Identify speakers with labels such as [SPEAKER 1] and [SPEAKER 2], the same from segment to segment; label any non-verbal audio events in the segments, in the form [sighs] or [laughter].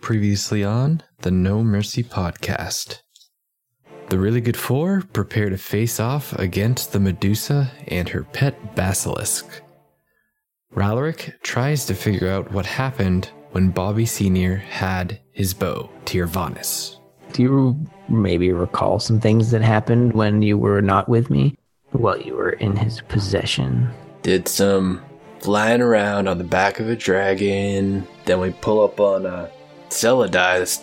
[SPEAKER 1] previously on the No Mercy podcast. The Really Good Four prepare to face off against the Medusa and her pet basilisk. Ralaric tries to figure out what happened when Bobby Sr. had his bow, Tirvanis.
[SPEAKER 2] Do you maybe recall some things that happened when you were not with me? While you were in his possession?
[SPEAKER 3] did some flying around on the back of a dragon. Then we pull up on uh, Celadai, this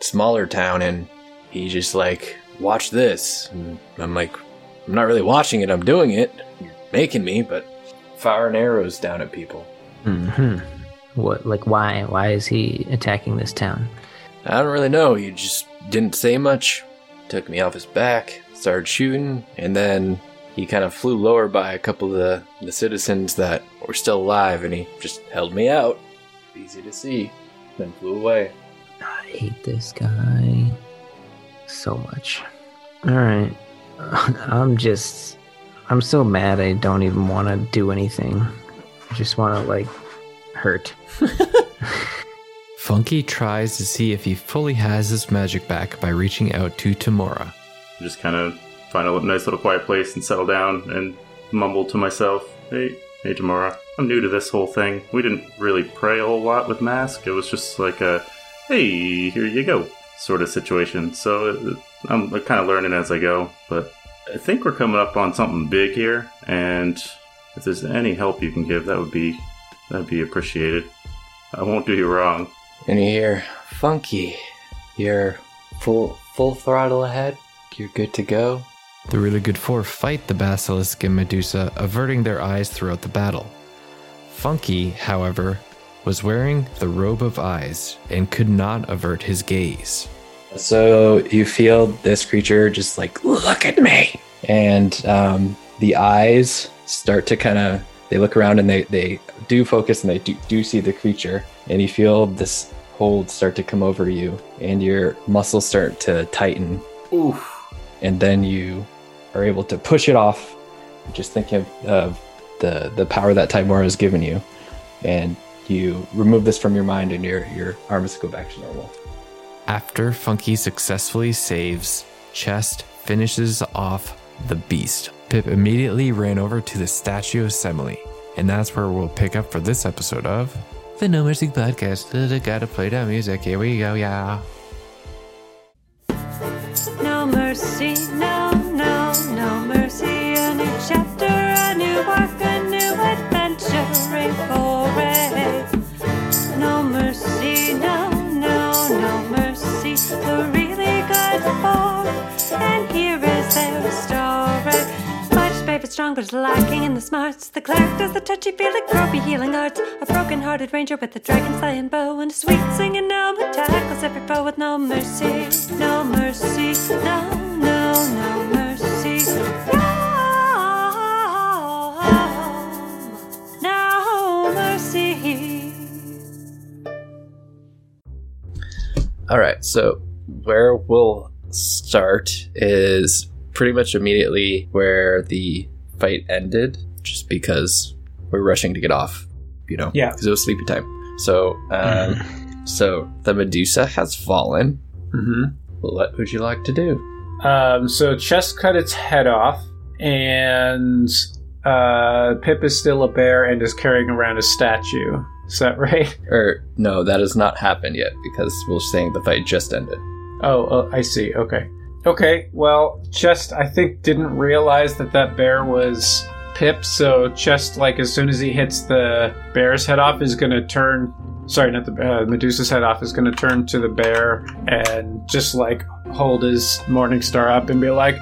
[SPEAKER 3] smaller town, and he just like, watch this. And I'm like, I'm not really watching it, I'm doing it. You're making me, but firing arrows down at people.
[SPEAKER 2] hmm What, like, why? Why is he attacking this town?
[SPEAKER 3] I don't really know. He just didn't say much. Took me off his back, started shooting, and then he kind of flew lower by a couple of the, the citizens that were still alive, and he just held me out. Easy to see. Then flew away.
[SPEAKER 2] I hate this guy so much. All right. [laughs] I'm just. I'm so mad I don't even want to do anything. I just want to, like, hurt.
[SPEAKER 1] Funky tries to see if he fully has his magic back by reaching out to Tamora.
[SPEAKER 4] just kind of find a nice little quiet place and settle down and mumble to myself, "Hey, hey, Tamara, I'm new to this whole thing. We didn't really pray a whole lot with mask. It was just like a, hey, here you go, sort of situation. So it, I'm kind of learning as I go, but I think we're coming up on something big here, and if there's any help you can give, that would be that'd be appreciated. I won't do you wrong.
[SPEAKER 3] And you hear, Funky, you're full full throttle ahead. You're good to go.
[SPEAKER 1] The really good four fight the basilisk and Medusa, averting their eyes throughout the battle. Funky, however, was wearing the robe of eyes and could not avert his gaze.
[SPEAKER 3] So you feel this creature just like, look at me. And um, the eyes start to kind of, they look around and they, they do focus and they do, do see the creature. And you feel this hold start to come over you and your muscles start to tighten.
[SPEAKER 4] Oof.
[SPEAKER 3] And then you are able to push it off. Just think of, of the, the power that Timora has given you. And you remove this from your mind and your, your arms go back to normal.
[SPEAKER 1] After Funky successfully saves, Chest finishes off the beast. Pip immediately ran over to the statue of Semele, and that's where we'll pick up for this episode of the No Mercy Podcast. Gotta play that music. Here we go, yeah.
[SPEAKER 5] No mercy, no, no, no mercy. A new chapter, a new arc, a new adventuring foray. No mercy, no, no, no mercy. The really good four, and here is their story. Much paper strong, but it's lacking in the smarts. The clerk does the touchy feely, gropey healing arts. A broken-hearted ranger with a dragon slaying bow and a sweet singing gnome who tackles every foe with no mercy, no mercy, no, no, no mercy. No, no mercy.
[SPEAKER 3] All right, so where we'll start is pretty much immediately where the fight ended, just because we're rushing to get off, you know?
[SPEAKER 6] Yeah.
[SPEAKER 3] Because it was sleepy time. So, um, so the Medusa has fallen.
[SPEAKER 6] hmm
[SPEAKER 3] What would you like to do?
[SPEAKER 6] Um, so Chess cut its head off, and uh, Pip is still a bear and is carrying around a statue. Is that right?
[SPEAKER 3] Or no, that has not happened yet because we're saying the fight just ended.
[SPEAKER 6] Oh, oh I see. Okay. Okay, well, Chest, I think, didn't realize that that bear was Pip, so Chest, like, as soon as he hits the bear's head off, is gonna turn. Sorry, not the uh, Medusa's head off, is gonna turn to the bear and just, like, hold his Morning Star up and be like,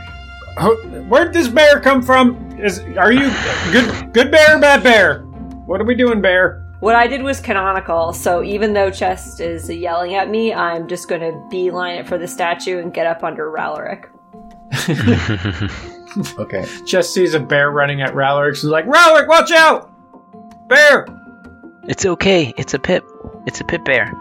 [SPEAKER 6] "Who- Where'd this bear come from? Is Are you good, good bear or bad bear? What are we doing, bear?
[SPEAKER 7] What I did was canonical, so even though Chest is yelling at me, I'm just going to beeline it for the statue and get up under Ralaric.
[SPEAKER 2] [laughs]
[SPEAKER 3] Okay.
[SPEAKER 6] Chest sees a bear running at Ralaric and is like, Ralaric, watch out! Bear!
[SPEAKER 2] It's okay. It's a pip. It's a pip bear.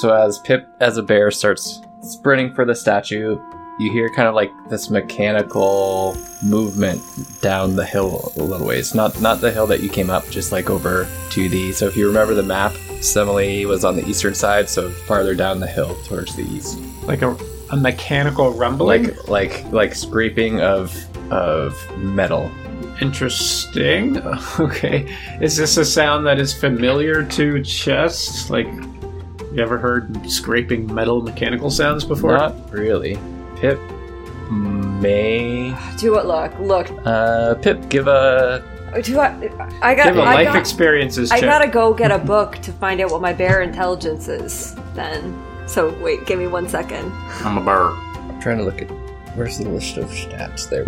[SPEAKER 3] So as Pip as a bear starts sprinting for the statue, you hear kind of like this mechanical movement down the hill a little ways. Not not the hill that you came up, just like over to the. So if you remember the map, Semele was on the eastern side, so farther down the hill towards the east.
[SPEAKER 6] Like a, a mechanical rumbling.
[SPEAKER 3] Like like like scraping of of metal.
[SPEAKER 6] Interesting. [laughs] Okay. Is this a sound that is familiar to chess? Like, you ever heard scraping metal mechanical sounds before?
[SPEAKER 3] Not really. Pip may
[SPEAKER 7] Do it. Look, look.
[SPEAKER 3] uh Pip give a
[SPEAKER 7] Do I? I got.
[SPEAKER 6] Give a
[SPEAKER 7] I,
[SPEAKER 6] life
[SPEAKER 7] got
[SPEAKER 6] experiences
[SPEAKER 7] I
[SPEAKER 6] check.
[SPEAKER 7] gotta go get a book to find out what my bear intelligence is. Then. So wait, give me one second.
[SPEAKER 4] I'm a bird.
[SPEAKER 3] I'm trying to look at where's the list of stats there.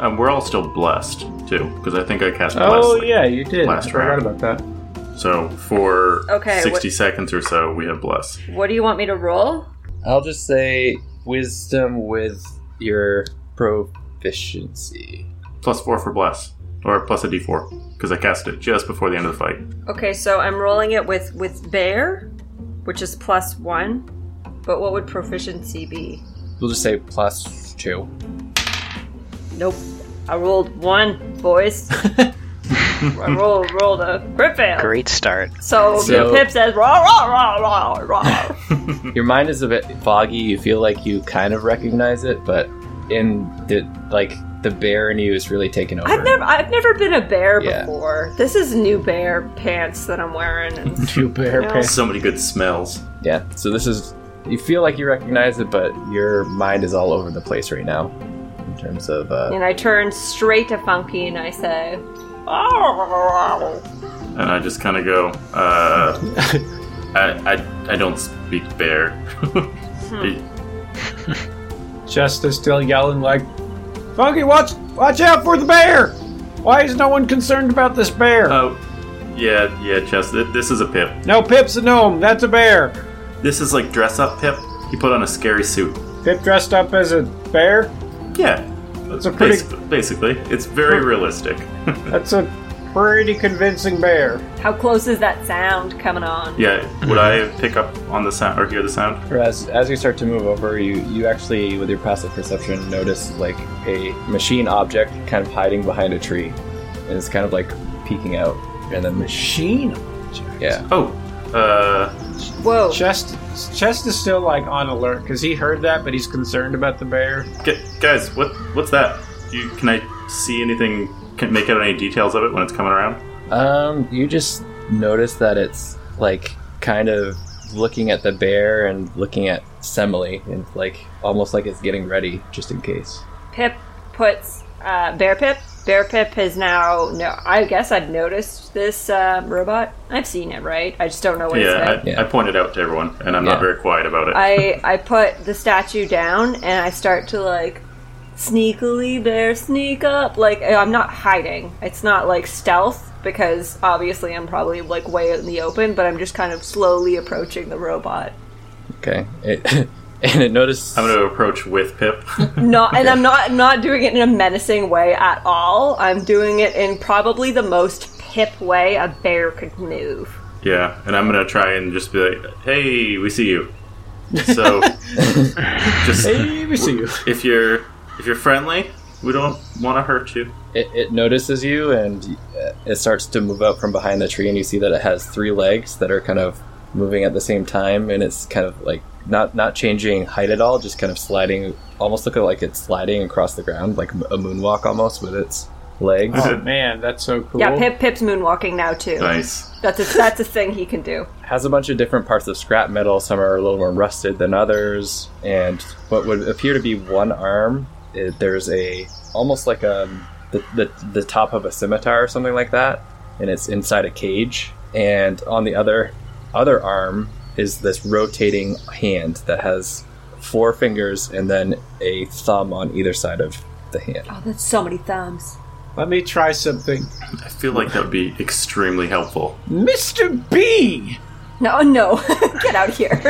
[SPEAKER 4] Um, we're all still blessed too, because I think I cast
[SPEAKER 6] oh
[SPEAKER 4] blessed.
[SPEAKER 6] yeah, you did.
[SPEAKER 4] Last
[SPEAKER 6] I forgot
[SPEAKER 4] round.
[SPEAKER 6] about that. [laughs]
[SPEAKER 4] So for
[SPEAKER 7] Okay,
[SPEAKER 4] sixty
[SPEAKER 7] what-
[SPEAKER 4] seconds or so, we have bless.
[SPEAKER 7] What do you want me to roll?
[SPEAKER 3] I'll just say wisdom with your proficiency.
[SPEAKER 4] Plus four for bless, or plus a d4, because I cast it just before the end of the fight.
[SPEAKER 7] Okay, so I'm rolling it with with bear, which is plus one. But what would proficiency be?
[SPEAKER 3] We'll just say plus two.
[SPEAKER 7] Nope. I rolled one, boys. I rolled rolled a crit fail.
[SPEAKER 8] Great start.
[SPEAKER 7] So,
[SPEAKER 3] So-
[SPEAKER 7] Pip says rah rah rah rah rah. Hmm.
[SPEAKER 3] Your mind is a bit foggy. You feel like you kind of recognize it, but in the like the bear in you is really taken over.
[SPEAKER 7] I've never I've never been a bear
[SPEAKER 3] Yeah.
[SPEAKER 7] before. This is new bear pants that I'm wearing.
[SPEAKER 6] [laughs]
[SPEAKER 7] And
[SPEAKER 6] Two bear
[SPEAKER 7] No.
[SPEAKER 6] pants.
[SPEAKER 4] So many good smells.
[SPEAKER 3] Yeah. So this is you feel like you recognize it, but your mind is all over the place right now in terms of uh,
[SPEAKER 7] and I turn straight to Funky and I say, "Oh."
[SPEAKER 4] And I just kind of go,
[SPEAKER 6] [laughs]
[SPEAKER 4] uh, I, I, I don't speak bear.
[SPEAKER 7] Hmm.
[SPEAKER 6] Chest is still yelling like, "Funky, watch watch out for the bear! Why is no one concerned about this bear?
[SPEAKER 4] [laughs] oh, yeah, yeah, Chess, th- this is a pip.
[SPEAKER 6] no, Pip's a gnome. That's a bear.
[SPEAKER 4] This is like dress up pip. He put on a scary suit.
[SPEAKER 6] Pip dressed up as a bear.
[SPEAKER 4] Yeah.
[SPEAKER 6] It's a pretty-
[SPEAKER 4] Basi- basically, it's very realistic. [laughs]
[SPEAKER 6] That's a pretty convincing bear.
[SPEAKER 7] "How close is that sound coming on?"
[SPEAKER 4] yeah, would
[SPEAKER 6] Mm-hmm.
[SPEAKER 4] I pick up on the sound or hear the sound?
[SPEAKER 3] as as you start to move over, you you actually with your passive perception notice like a machine object kind of hiding behind a tree, and it's kind of like peeking out, and then
[SPEAKER 6] Machine.
[SPEAKER 3] yeah.
[SPEAKER 4] Oh, uh,
[SPEAKER 7] Whoa!
[SPEAKER 6] Chest Chest is still like on alert because he heard that, but he's concerned about the bear.
[SPEAKER 4] gu- guys, what what's that? You, can I see anything? Can make out any details of it when it's coming around?
[SPEAKER 3] Um, you just notice that it's like kind of looking at the bear and looking at Semele, and like almost like it's getting ready just in case.
[SPEAKER 7] Pip puts uh, Bear Pip. Bear Pip is now no. I guess I've noticed this uh, robot. I've seen it, right? I just don't know what it's
[SPEAKER 4] Yeah,
[SPEAKER 7] like.
[SPEAKER 4] I,
[SPEAKER 3] Yeah.
[SPEAKER 4] I pointed out to everyone, and I'm
[SPEAKER 3] Yeah.
[SPEAKER 4] not very quiet about it.
[SPEAKER 7] I I put the statue down and I start to like sneakily bear sneak up. Like I'm not hiding. It's not like stealth because obviously I'm probably like way out in the open, but I'm just kind of slowly approaching the robot.
[SPEAKER 3] Okay, it, [laughs] and it notices.
[SPEAKER 4] I'm going to approach with
[SPEAKER 7] [laughs]
[SPEAKER 4] Pip.
[SPEAKER 7] Not and I'm not I'm not doing it in a menacing way at all. I'm doing it in probably the most pip way a bear could move.
[SPEAKER 4] yeah, and I'm going to try and just be like, "Hey, we see you."
[SPEAKER 7] [laughs]
[SPEAKER 4] So, just
[SPEAKER 6] Hey, we see you.
[SPEAKER 4] if you're if you're friendly, we don't want to hurt you.
[SPEAKER 3] it, it notices you and uh, it starts to move out from behind the tree, and you see that it has three legs that are kind of moving at the same time, and it's kind of like not not changing height at all, just kind of sliding, almost looking like it's sliding across the ground, like a moonwalk almost with its legs.
[SPEAKER 6] Oh man, that's so cool.
[SPEAKER 7] Yeah, Pip Pip's moonwalking now too.
[SPEAKER 4] Nice.
[SPEAKER 7] That's a that's a thing he can do.
[SPEAKER 3] has a bunch of different parts of scrap metal. Some are a little more rusted than others, and what would appear to be one arm, it, there's a almost like a the, the the top of a scimitar or something like that, and it's inside a cage. And on the other other arm is this rotating hand that has four fingers and then a thumb on either side of the hand.
[SPEAKER 7] Oh, that's so many thumbs.
[SPEAKER 6] Let me try something.
[SPEAKER 4] I feel like that would be extremely helpful.
[SPEAKER 6] Mr. B.
[SPEAKER 7] No, oh, no, [laughs] get out of here.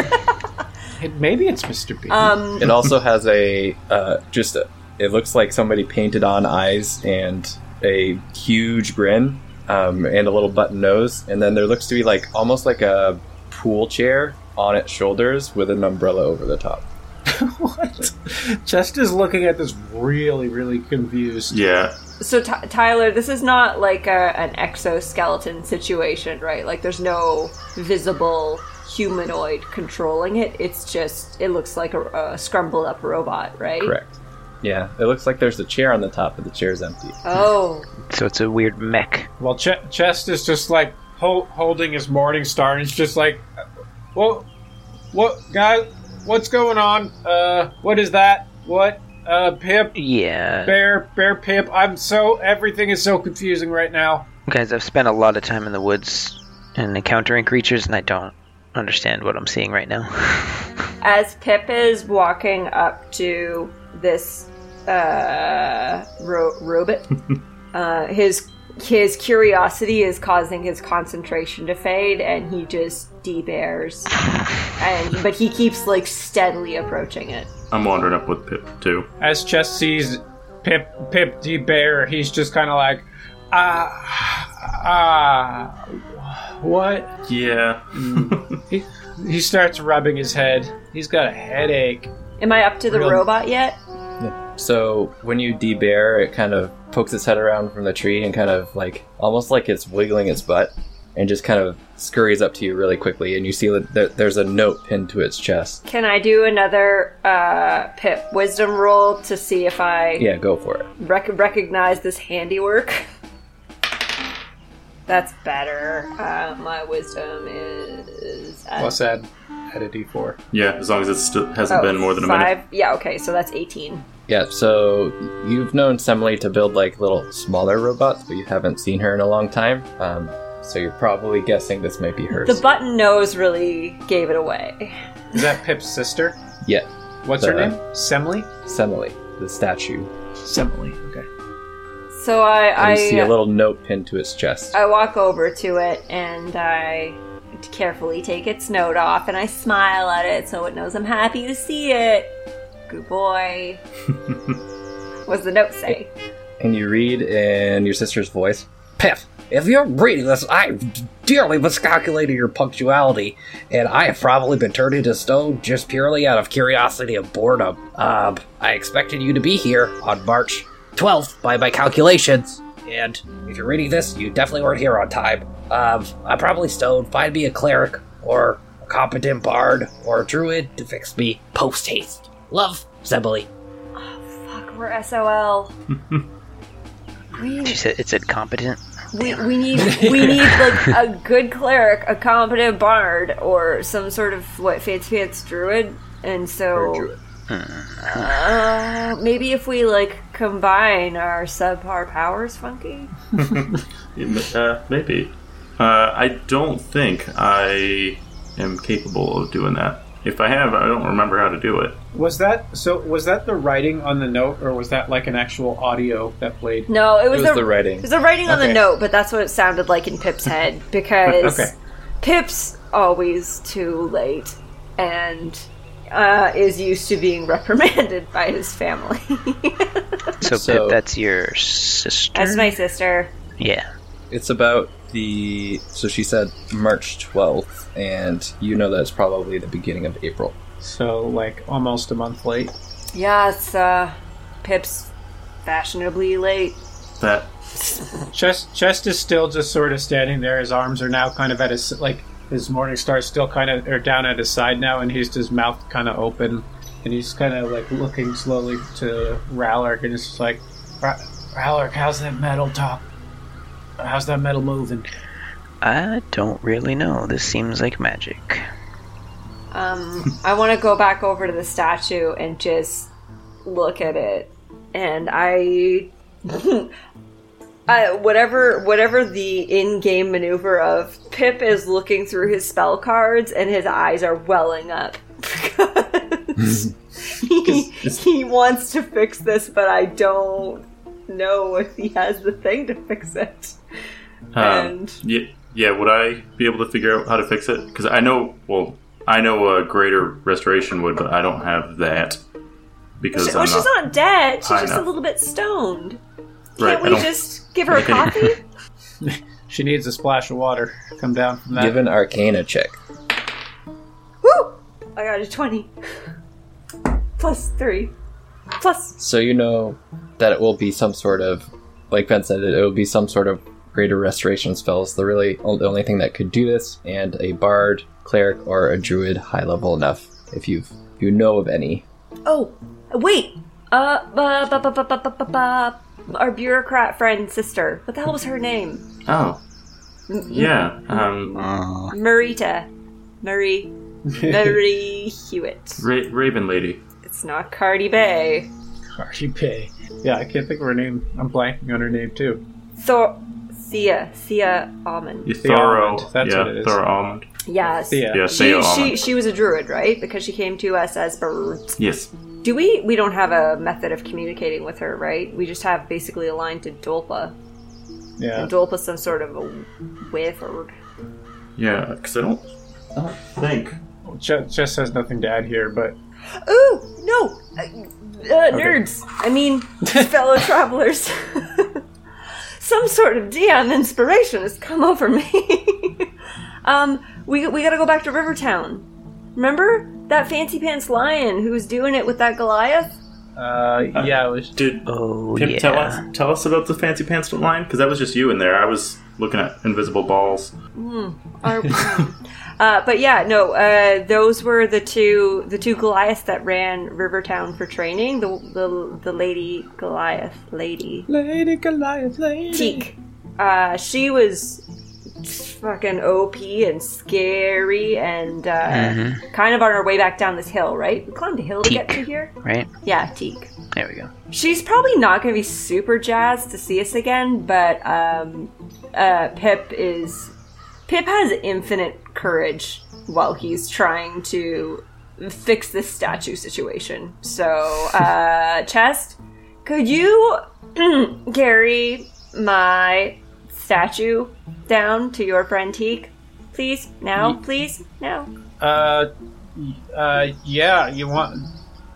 [SPEAKER 6] It- Maybe it's Mr. B.
[SPEAKER 7] um,
[SPEAKER 3] It also has a uh, just a, it looks like somebody painted on eyes and a huge grin um, and a little button nose, and then there looks to be like almost like a pool chair on its shoulders with an umbrella over the top.
[SPEAKER 6] what? [laughs] Chest is looking at this really, really confused.
[SPEAKER 4] Yeah.
[SPEAKER 7] So Ty Tyler, this is not like a, an exoskeleton situation, right? Like there's no visible humanoid controlling it. It's just it looks like a, a scrumbled up robot, right?
[SPEAKER 3] Correct. Yeah, it looks like there's a chair on the top, but the chair's empty.
[SPEAKER 7] Oh,
[SPEAKER 9] So it's a weird mech.
[SPEAKER 6] Well, Ch- Chest is just like hol- holding his morning star, and he's just like, "Well, what, guys? What's going on? Uh, what is that? What? Uh, Pip,
[SPEAKER 9] Yeah.
[SPEAKER 6] bear, bear, Pip. I'm so everything is so confusing right now.
[SPEAKER 9] Guys, I've spent a lot of time in the woods and encountering creatures, and I don't understand what I'm seeing right now.
[SPEAKER 7] as Pip is walking up to this uh, ro- robot, uh, his his curiosity is causing his concentration to fade, and he just debears. And but he keeps like steadily approaching it.
[SPEAKER 4] I'm wandering up with Pip, too.
[SPEAKER 6] As Chest sees Pip, Pip the bear, he's just kind of like, "Ah, ah, what?"
[SPEAKER 4] Yeah.
[SPEAKER 6] He, he starts rubbing his head. He's got a headache.
[SPEAKER 7] Am I up to the
[SPEAKER 6] Really?
[SPEAKER 7] robot yet?
[SPEAKER 3] So when you debear, it kind of pokes its head around from the tree and kind of like almost like it's wiggling its butt and just kind of scurries up to you really quickly. And you see that there, there's a note pinned to its chest.
[SPEAKER 7] Can I do another uh, Pip wisdom roll to see if I
[SPEAKER 3] Yeah, go for it.
[SPEAKER 7] rec- recognize this handiwork. That's better. Uh, my wisdom is at,
[SPEAKER 6] Plus, add add a d4.
[SPEAKER 4] Yeah, as long as it st- hasn't
[SPEAKER 7] oh,
[SPEAKER 4] been more than a minute.
[SPEAKER 7] five. Yeah, okay, so that's eighteen.
[SPEAKER 3] Yeah, so you've known Semele to build like little smaller robots, but you haven't seen her in a long time. Um, so you're probably guessing this might be hers.
[SPEAKER 7] The button nose really gave it away.
[SPEAKER 6] Is that Pip's sister?
[SPEAKER 3] yeah,
[SPEAKER 6] What's her
[SPEAKER 3] Uh,
[SPEAKER 6] name? Semley.
[SPEAKER 3] Semele, the statue.
[SPEAKER 6] Semley. Okay.
[SPEAKER 7] So I uh, I,
[SPEAKER 3] And you see a little note pinned to its chest.
[SPEAKER 7] I walk over to it and I carefully take its note off and I smile at it so it knows I'm happy to see it. Good boy. What's the note say?
[SPEAKER 3] and you read in your sister's voice, Pip, if you're reading this, I've dearly miscalculated your punctuality, and I have probably been turned into stone just purely out of curiosity and boredom. Um, I expected you to be here on March 12th by my calculations, and if you're reading this, you definitely weren't here on time. Um, I'm probably stoned. Find me a cleric or a competent bard or a druid to fix me post haste. Love, Zebully.
[SPEAKER 7] Fuck, we're SOL. we,
[SPEAKER 9] She said it said competent.
[SPEAKER 7] we, we need we need like a good cleric, a competent bard, or some sort of what fancy pants druid. And so, uh, maybe if we like combine our subpar powers, Funky.
[SPEAKER 4] Uh, maybe. Uh, I don't think I am capable of doing that. If I have, I don't remember how to do it.
[SPEAKER 6] Was that so? Was that the writing on the note, or was that like an actual audio that played?
[SPEAKER 7] No, it was,
[SPEAKER 3] It was the writing.
[SPEAKER 7] It was the writing on the
[SPEAKER 6] Okay.
[SPEAKER 7] note, but that's what it sounded like
[SPEAKER 6] [laughs]
[SPEAKER 7] in Pip's head because
[SPEAKER 6] Okay.
[SPEAKER 7] Pip's always too late and uh, is used to being [laughs] reprimanded by his family.
[SPEAKER 9] So,
[SPEAKER 3] So-
[SPEAKER 9] Pip, that's your sister.
[SPEAKER 7] That's my [laughs] sister.
[SPEAKER 9] Yeah.
[SPEAKER 3] It's about the. So she said March 12th, and you know that's probably the beginning of April.
[SPEAKER 6] So like almost a month late.
[SPEAKER 7] Yeah, it's uh, Pip's fashionably late.
[SPEAKER 4] That
[SPEAKER 6] Chest Chest is still just sort of standing there. His arms are now kind of at his like his morning star is still kind of or down at his side now, and he's his mouth kind of open, and he's kind of like looking slowly to Rallark, and it's just like, "Ra- Rallark, how's that metal top? How's that metal moving?
[SPEAKER 9] I don't really know. This seems like magic.
[SPEAKER 7] Um, I want to go back over to the statue and just look at it, and I, [laughs] I whatever whatever the in-game maneuver of Pip is looking through his spell cards, and his eyes are welling up. [laughs] because he, he wants to fix this, but I don't know if he has the thing to fix it.
[SPEAKER 4] Um,
[SPEAKER 7] And-
[SPEAKER 4] yeah, yeah, would I be able to figure out how to fix it? Because I know, well, I know a greater restoration would, but I don't have that because
[SPEAKER 7] She-
[SPEAKER 4] I'm
[SPEAKER 7] well, she's
[SPEAKER 4] not.
[SPEAKER 7] not dead. She's
[SPEAKER 4] I
[SPEAKER 7] just a
[SPEAKER 4] know.
[SPEAKER 7] little bit stoned.
[SPEAKER 4] Right,
[SPEAKER 7] Can't
[SPEAKER 4] I
[SPEAKER 7] we
[SPEAKER 4] don't-
[SPEAKER 7] just give
[SPEAKER 4] [laughs]
[SPEAKER 7] her a coffee?
[SPEAKER 6] She needs a splash of water. Come down from that.
[SPEAKER 3] Give an Arcana check.
[SPEAKER 7] Woo! I got a 20. Plus three. Plus.
[SPEAKER 3] So you know that it will be some sort of, like Ben said, it will be some sort of greater restoration spells. The really the only thing that could do this, and a bard, cleric, or a druid high level enough, if you've you know of any.
[SPEAKER 7] Oh, wait. Uh, ba ba ba ba ba ba ba. ba. Our bureaucrat friend sister. What the hell was her name?
[SPEAKER 4] Oh. Yeah.
[SPEAKER 6] Mm-hmm.
[SPEAKER 4] Um,
[SPEAKER 7] Marita. Marie. Marie Hewitt.
[SPEAKER 4] Ra- Raven Lady.
[SPEAKER 7] It's not Cardi Bay.
[SPEAKER 6] Cardi Pay. Yeah, I can't think of her name. I'm blanking on her name too.
[SPEAKER 7] Thor. Thea. Thea Almond.
[SPEAKER 4] You thorough.
[SPEAKER 6] almond, that's
[SPEAKER 4] yeah,
[SPEAKER 6] what it is.
[SPEAKER 4] Thorough almond.
[SPEAKER 7] Yes.
[SPEAKER 6] Thea.
[SPEAKER 4] Yeah,
[SPEAKER 7] She,
[SPEAKER 4] Thea
[SPEAKER 7] she,
[SPEAKER 4] almond.
[SPEAKER 7] she was a druid, right? Because she came to us as birds.
[SPEAKER 4] Yes.
[SPEAKER 7] Do we? We don't have a method of communicating with her, right? We just have basically a line to Dolpa.
[SPEAKER 6] Yeah.
[SPEAKER 7] And Dolpa's some sort of a whiff or.
[SPEAKER 4] Yeah, because I don't, I don't think.
[SPEAKER 6] Just, just has nothing to add here, but
[SPEAKER 7] Ooh, no! Uh, uh, Nerds! I mean, [laughs] fellow travelers. [laughs] Some sort of DM inspiration has come over me. [laughs] um, we, we gotta go back to Rivertown. Remember that fancy pants lion who was doing it with that Goliath?
[SPEAKER 6] uh, yeah, it was
[SPEAKER 4] Did
[SPEAKER 2] Oh
[SPEAKER 4] Pimp
[SPEAKER 2] yeah.
[SPEAKER 4] tell us tell us about the fancy pants line? Because that was just you in there. I was looking at invisible balls.
[SPEAKER 7] Or- uh, but yeah, no, uh, those were the two the two Goliaths that ran Rivertown for training. The the, the lady Goliath, lady
[SPEAKER 6] Lady Goliath, lady.
[SPEAKER 7] Teak. Uh, she was fucking OP and scary and uh, kind of on her way back down this hill, right? We climbed a hill to get
[SPEAKER 2] Teak.
[SPEAKER 7] to here.
[SPEAKER 2] Right
[SPEAKER 7] Yeah, Teak.
[SPEAKER 2] there we go.
[SPEAKER 7] She's probably not going to be super jazzed to see us again, but um, uh, Pip is. Pip has infinite courage while he's trying to fix this statue situation. So, uh, Chest, could you [clears throat] carry my statue down to your friend Teak? Please, now, please, now.
[SPEAKER 6] Uh, uh, yeah. You want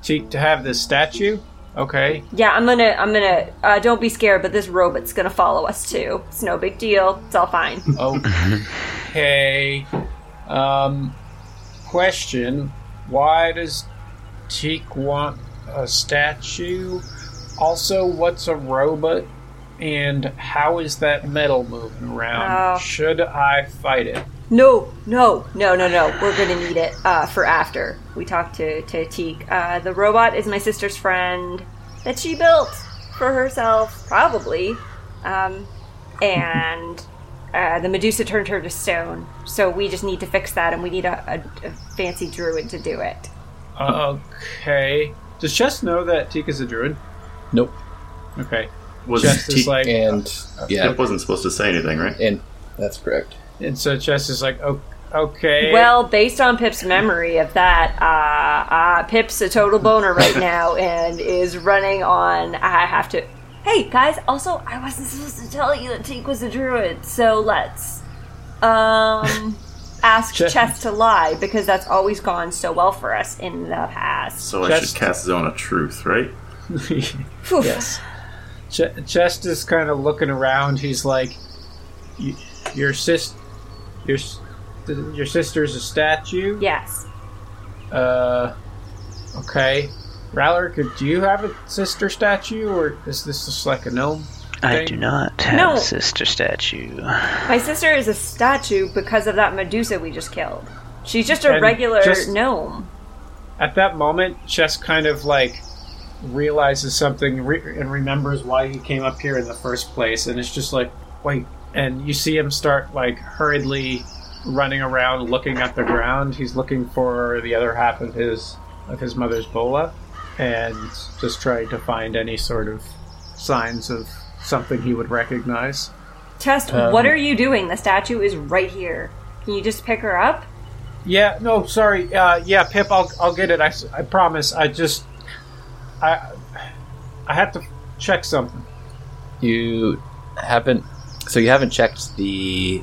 [SPEAKER 6] Teak to have this statue? Okay.
[SPEAKER 7] Yeah, I'm gonna, I'm gonna, uh, don't be scared, but this robot's gonna follow us too. It's no big deal. It's all fine.
[SPEAKER 6] Okay. Um, question: Why does Teak want a statue? Also, what's a robot? And how is that metal moving around?
[SPEAKER 7] Oh.
[SPEAKER 6] Should I fight it?
[SPEAKER 7] No, no, no, no, no. We're gonna need it uh, for after we talk to to Teak. Uh, the robot is my sister's friend that she built for herself, probably. Um, and uh, the Medusa turned her to stone, so we just need to fix that, and we need a, a, a fancy druid to do it.
[SPEAKER 6] Okay. Does Chess know that Teak is a druid?
[SPEAKER 3] Nope.
[SPEAKER 6] Okay.
[SPEAKER 4] Was
[SPEAKER 6] Chess
[SPEAKER 4] T-
[SPEAKER 6] is like,
[SPEAKER 3] And yeah,
[SPEAKER 4] Pip wasn't supposed to say anything, right?
[SPEAKER 3] and that's correct.
[SPEAKER 6] and so Chess is like, "O- okay.
[SPEAKER 7] Well, based on Pip's memory of that, uh, uh, Pip's a total boner right now [laughs] and is running on. I have to. Hey guys, also I wasn't supposed to tell you that Teak was a druid, so let's
[SPEAKER 6] [laughs]
[SPEAKER 7] um ask
[SPEAKER 6] Chest.
[SPEAKER 7] Chess to lie because that's always gone so well for us in the past.
[SPEAKER 4] So I
[SPEAKER 6] Just-
[SPEAKER 4] should cast Zone of Truth, right?
[SPEAKER 7] Phew.
[SPEAKER 6] Ch- Chest is kind of looking around. He's like, "Y- "Your sis, your s- th- your sister's a statue."
[SPEAKER 7] Yes.
[SPEAKER 6] Uh, okay. Rowler, could do you have a sister statue, or is this just like a gnome?
[SPEAKER 2] I
[SPEAKER 6] Thing.
[SPEAKER 2] do not have
[SPEAKER 7] No.
[SPEAKER 2] a sister statue.
[SPEAKER 7] My sister is a statue because of that Medusa we just killed. She's just a
[SPEAKER 6] And
[SPEAKER 7] regular
[SPEAKER 6] just-
[SPEAKER 7] gnome.
[SPEAKER 6] At that moment, Chest kind of like realizes something re- and remembers why he came up here in the first place, and it's just like, wait. And you see him start like hurriedly running around, looking at the ground. He's looking for the other half of his of his mother's bola, and just trying to find any sort of signs of something he would recognize.
[SPEAKER 7] Chest, what
[SPEAKER 3] Um,
[SPEAKER 7] are you doing? The statue is right here. Can you just pick her up?
[SPEAKER 6] Yeah, no, sorry. Uh, yeah, Pip, I'll, I'll get it. I, s- I promise. I just. I I have to check something.
[SPEAKER 3] You haven't, so you haven't checked the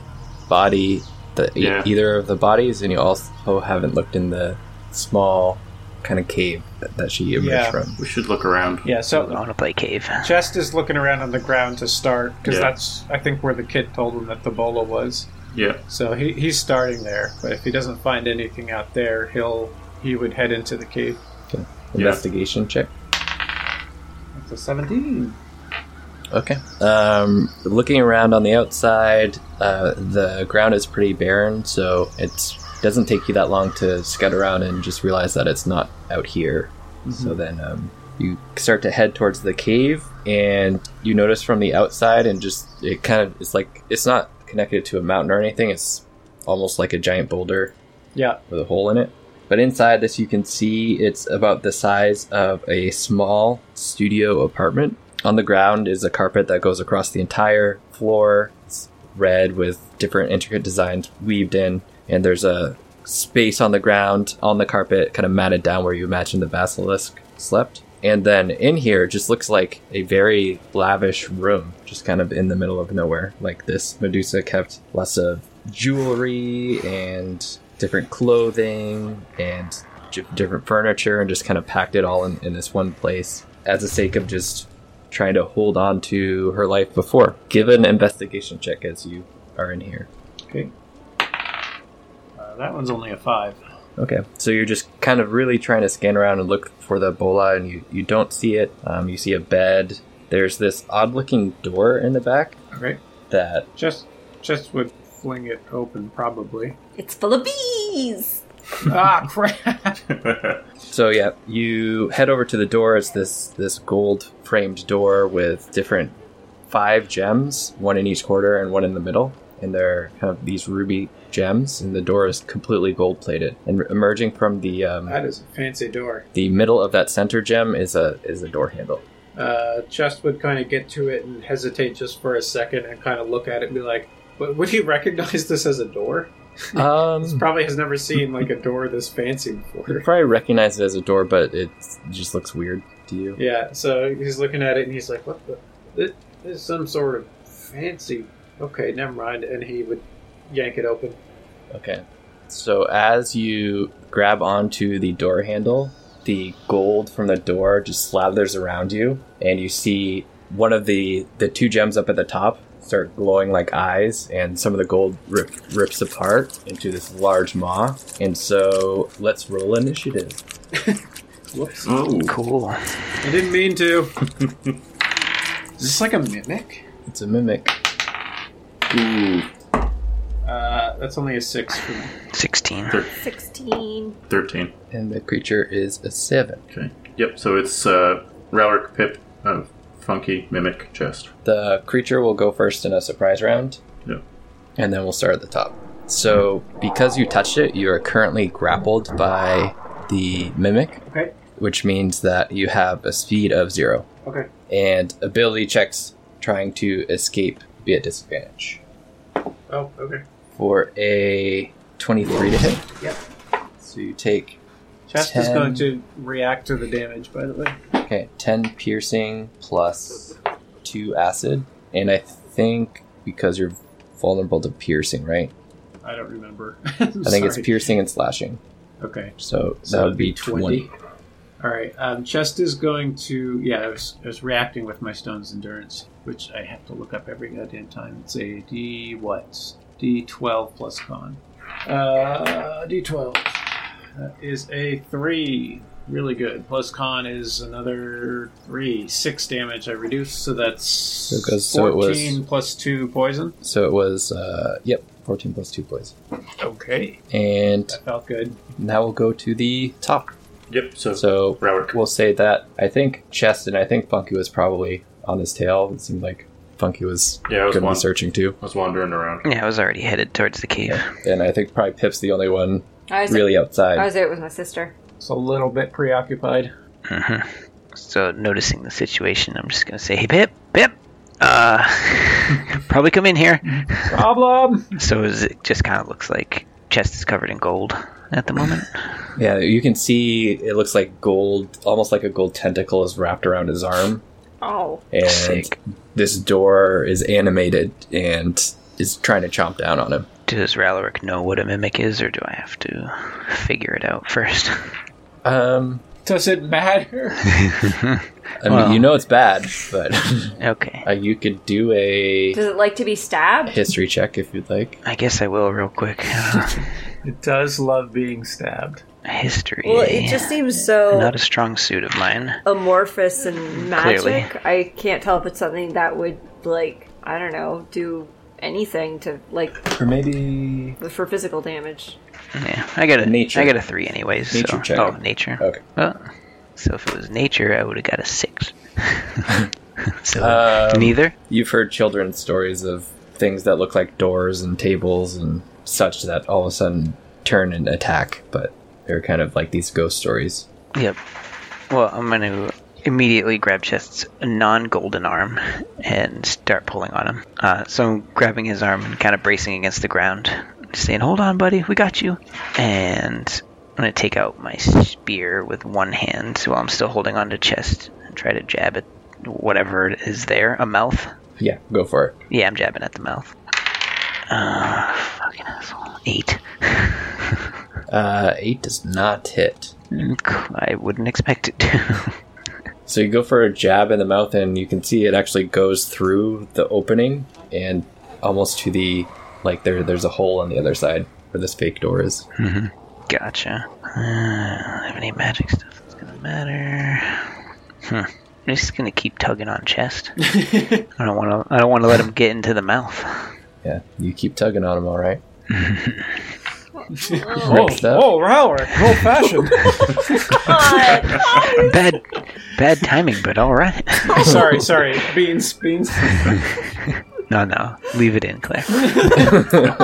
[SPEAKER 3] body, the e-
[SPEAKER 4] Yeah.
[SPEAKER 3] either of the bodies, and you also haven't looked in the small kind of cave that, that she emerged
[SPEAKER 6] Yeah.
[SPEAKER 3] from.
[SPEAKER 4] We should look around.
[SPEAKER 6] Yeah,
[SPEAKER 2] I
[SPEAKER 6] so
[SPEAKER 2] want to play cave.
[SPEAKER 6] Chest is looking around on the ground to start, because
[SPEAKER 4] Yeah.
[SPEAKER 6] that's, I think, where the kid told him that the bola was.
[SPEAKER 4] Yeah.
[SPEAKER 6] So he, he's starting there, but if he doesn't find anything out there, he'll. He would head into the cave.
[SPEAKER 1] Investigation check.
[SPEAKER 6] It's a 17.
[SPEAKER 3] Okay. Um, looking around on the outside, uh, the ground is pretty barren, so it doesn't take you that long to scout around and just realize that it's not out here. So then um, you start to head towards the cave, and you notice from the outside, and just it kind of it's like it's not connected to a mountain or anything. It's almost like a giant boulder
[SPEAKER 6] Yeah.
[SPEAKER 3] with a hole in it. But inside this, you can see it's about the size of a small studio apartment. On the ground is a carpet that goes across the entire floor. It's red with different intricate designs weaved in, and there's a space on the ground on the carpet, kind of matted down where you imagine the basilisk slept. And then in here it just looks like a very lavish room, just kind of in the middle of nowhere. Like this, Medusa kept lots of jewelry and different clothing and j- different furniture and just kind of packed it all in, in this one place as a sake of just trying to hold on to her life before. Give an investigation check as you are in here.
[SPEAKER 6] Okay. Uh, that one's only a 5.
[SPEAKER 3] Okay. So you're just kind of really trying to scan around and look for the bola, and you, you don't see it. Um, you see a bed. There's this odd looking door in the back
[SPEAKER 6] Okay.
[SPEAKER 3] that
[SPEAKER 6] Just, just would fling it open, probably.
[SPEAKER 7] It's full of bees.
[SPEAKER 6] ah, crap.
[SPEAKER 3] So yeah, you head over to the door. It's this this gold framed door with different five gems, one in each quarter and one in the middle, and they're kind of these ruby gems. And the door is completely gold plated. And emerging from the um,
[SPEAKER 6] That is a fancy door.
[SPEAKER 3] the middle of that center gem is a is a door handle.
[SPEAKER 6] Uh, Chest would kind of get to it and hesitate just for a second and kind of look at it and be like, "But would he [laughs] recognize this as a door?
[SPEAKER 3] Um,
[SPEAKER 6] Probably has never seen like a door this fancy before." [laughs]
[SPEAKER 3] you probably recognize it as a door, but it just looks weird to you.
[SPEAKER 6] Yeah, so he's looking at it and he's like, "What the? This, this is some sort of fancy." Okay, never mind. And he would yank it open.
[SPEAKER 3] Okay. So as you grab onto the door handle, the gold from the door just slathers around you, and you see one of the the two gems up at the top start glowing like eyes, and some of the gold rip, rips apart into this large maw. And so let's roll initiative.
[SPEAKER 4] oh,
[SPEAKER 2] Cool.
[SPEAKER 6] I didn't mean to. [laughs] is this like a mimic?
[SPEAKER 3] It's a mimic.
[SPEAKER 4] ooh,
[SPEAKER 6] Uh, that's only a six for me.
[SPEAKER 2] 16.
[SPEAKER 7] Sixteen.
[SPEAKER 4] thirteen.
[SPEAKER 3] And the creature is a seven.
[SPEAKER 4] Okay. Yep. So it's uh, Rowler Pip, uh, Funky Mimic Chest.
[SPEAKER 3] The creature will go first in a surprise round.
[SPEAKER 4] Yep.
[SPEAKER 3] and then we'll start at the top. So, because you touched it, you are currently grappled by the mimic,
[SPEAKER 6] Okay.
[SPEAKER 3] which means that you have a speed of zero
[SPEAKER 6] Okay.
[SPEAKER 3] and ability checks trying to escape be at disadvantage.
[SPEAKER 6] Oh, okay.
[SPEAKER 3] For a 23 to hit.
[SPEAKER 6] Yep.
[SPEAKER 3] So you take
[SPEAKER 6] Chest is
[SPEAKER 3] Ten.
[SPEAKER 6] going to react to the damage, by the way.
[SPEAKER 3] okay 10 piercing plus 2 acid, and I think because you're vulnerable to piercing, right?
[SPEAKER 6] I don't remember. [laughs]
[SPEAKER 3] I think it's piercing and slashing.
[SPEAKER 6] Okay.
[SPEAKER 3] So that
[SPEAKER 6] So
[SPEAKER 3] would be 20.
[SPEAKER 6] All right. Um, Chest is going to. Yeah, I was, I was reacting with my Stone's Endurance, which I have to look up every goddamn time. It's a D what? D12 plus con. Uh, D12. That is a 3. Really good. Plus con is another 3. 6 damage I reduce, so that's
[SPEAKER 3] it goes- so it was-
[SPEAKER 6] 14 plus 2 poison.
[SPEAKER 3] So it was, uh, yep, 14 plus 2 points.
[SPEAKER 6] Okay.
[SPEAKER 3] And
[SPEAKER 6] That felt good.
[SPEAKER 3] now we'll go to the top.
[SPEAKER 4] Yep. So,
[SPEAKER 3] So
[SPEAKER 4] Rowler.
[SPEAKER 3] we'll say that I think Chest and I think Funky was probably on his tail. It seemed like Funky was
[SPEAKER 4] Yeah, I was
[SPEAKER 3] going to
[SPEAKER 4] one.
[SPEAKER 3] be searching too.
[SPEAKER 4] was wandering around.
[SPEAKER 2] Yeah, I was already headed towards the cave.
[SPEAKER 3] And I think probably Pip's the only one
[SPEAKER 7] I was
[SPEAKER 3] really
[SPEAKER 7] I
[SPEAKER 3] outside.
[SPEAKER 7] was there with my sister.
[SPEAKER 6] It's a little bit preoccupied.
[SPEAKER 2] Mhm. So, noticing the situation, I'm just gonna say, "Hey, Pip, Pip, uh, [laughs] probably come in here."
[SPEAKER 6] Problem.
[SPEAKER 2] So, is it just kind of looks like chest is covered in gold at the moment.
[SPEAKER 3] Yeah, you can see it looks like gold, almost like a gold tentacle is wrapped around his arm.
[SPEAKER 7] Oh,
[SPEAKER 3] And
[SPEAKER 2] Sick.
[SPEAKER 3] this door is animated and is trying to chomp down on him.
[SPEAKER 2] Does Ralaric know what a mimic is, or do I have to figure it out first? [laughs]
[SPEAKER 3] Um,
[SPEAKER 6] Does it matter?
[SPEAKER 3] I mean,
[SPEAKER 2] Well.
[SPEAKER 3] you know it's bad, but [laughs]
[SPEAKER 2] okay.
[SPEAKER 3] uh, you could do a
[SPEAKER 7] does it like to be stabbed?
[SPEAKER 3] history check if you'd like.
[SPEAKER 2] I guess I will real quick. [laughs]
[SPEAKER 6] It does love being stabbed.
[SPEAKER 9] History.
[SPEAKER 7] Well, it just seems so
[SPEAKER 9] not a strong suit of mine.
[SPEAKER 7] amorphous and magic.
[SPEAKER 9] Clearly.
[SPEAKER 7] I can't tell if it's something that would like I don't know do anything to like
[SPEAKER 3] Or maybe
[SPEAKER 7] for physical damage.
[SPEAKER 3] [laughs]
[SPEAKER 9] Yeah, I got a
[SPEAKER 3] Nature.
[SPEAKER 9] I got a three anyways.
[SPEAKER 3] Nature
[SPEAKER 9] so.
[SPEAKER 3] check.
[SPEAKER 9] Oh, nature.
[SPEAKER 3] Okay.
[SPEAKER 9] Well, so if it was nature, I would have got
[SPEAKER 2] [laughs]
[SPEAKER 9] a six. so
[SPEAKER 3] Um,
[SPEAKER 9] neither.
[SPEAKER 3] you've heard children's stories of things that look like doors and tables and such that all of a sudden turn and attack, but they're kind of like these ghost stories.
[SPEAKER 9] Yep. Well, I'm going to immediately grab Chest's non-golden arm and start pulling on him. Uh, so I'm grabbing his arm and kind of bracing against the ground, saying, "Hold on, buddy, we got you." And I'm going to take out my spear with one hand while I'm still holding on to Chest and try to jab at whatever is there, a mouth.
[SPEAKER 3] Yeah, go for it.
[SPEAKER 9] Yeah, I'm jabbing at the mouth. Uh, fucking asshole. Eight.
[SPEAKER 3] Uh, eight does not hit.
[SPEAKER 9] Mm, I wouldn't expect it to. [laughs]
[SPEAKER 3] So you go for a jab in the mouth, and you can see it actually goes through the opening and almost to the like there. There's a hole on the other side where this fake door is.
[SPEAKER 9] Gotcha. Uh, I don't have any magic stuff that's gonna matter. Hmm. I'm just gonna keep tugging on
[SPEAKER 7] [laughs]
[SPEAKER 9] chest. I don't want to. I don't want to let him get into the mouth.
[SPEAKER 3] Yeah, you keep tugging on him, all right.
[SPEAKER 6] Oh,
[SPEAKER 3] Next up,
[SPEAKER 6] oh, Rowler, old fashioned.
[SPEAKER 7] God,
[SPEAKER 9] Bad, bad timing, but all right.
[SPEAKER 6] [laughs]
[SPEAKER 9] [laughs]
[SPEAKER 6] sorry, sorry, beans, beans.
[SPEAKER 9] no, no, leave it in, Claire.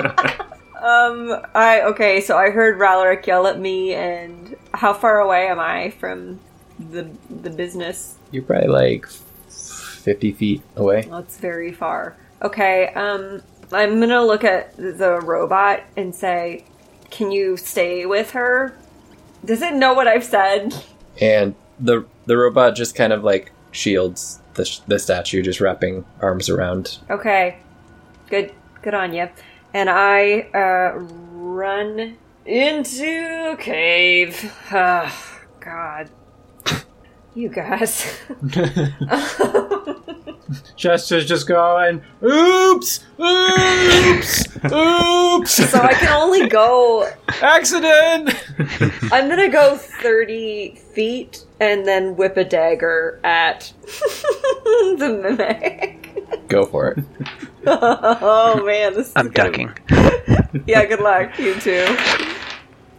[SPEAKER 7] um, I okay. So I heard Ralaric yell at me, and how far away am I from the the business?
[SPEAKER 3] you're probably like fifty feet away.
[SPEAKER 7] That's very far. Okay. Um, I'm gonna look at the robot and say, "Can you stay with her?" Does it know what I've said? [laughs]
[SPEAKER 3] and the the robot just kind of like shields the, sh- the statue just wrapping arms around
[SPEAKER 7] Okay. Good good on you. And I uh run into a cave. Ah, god. You guys. [laughs]
[SPEAKER 6] Chester's just going, oops, oops, oops,
[SPEAKER 7] so I can only go
[SPEAKER 6] accident.
[SPEAKER 7] I'm going to go 30 feet and then whip a dagger at [laughs] the mimic.
[SPEAKER 3] go for it
[SPEAKER 7] Oh man, this is
[SPEAKER 9] I'm ducking.
[SPEAKER 7] Yeah, good luck. You too.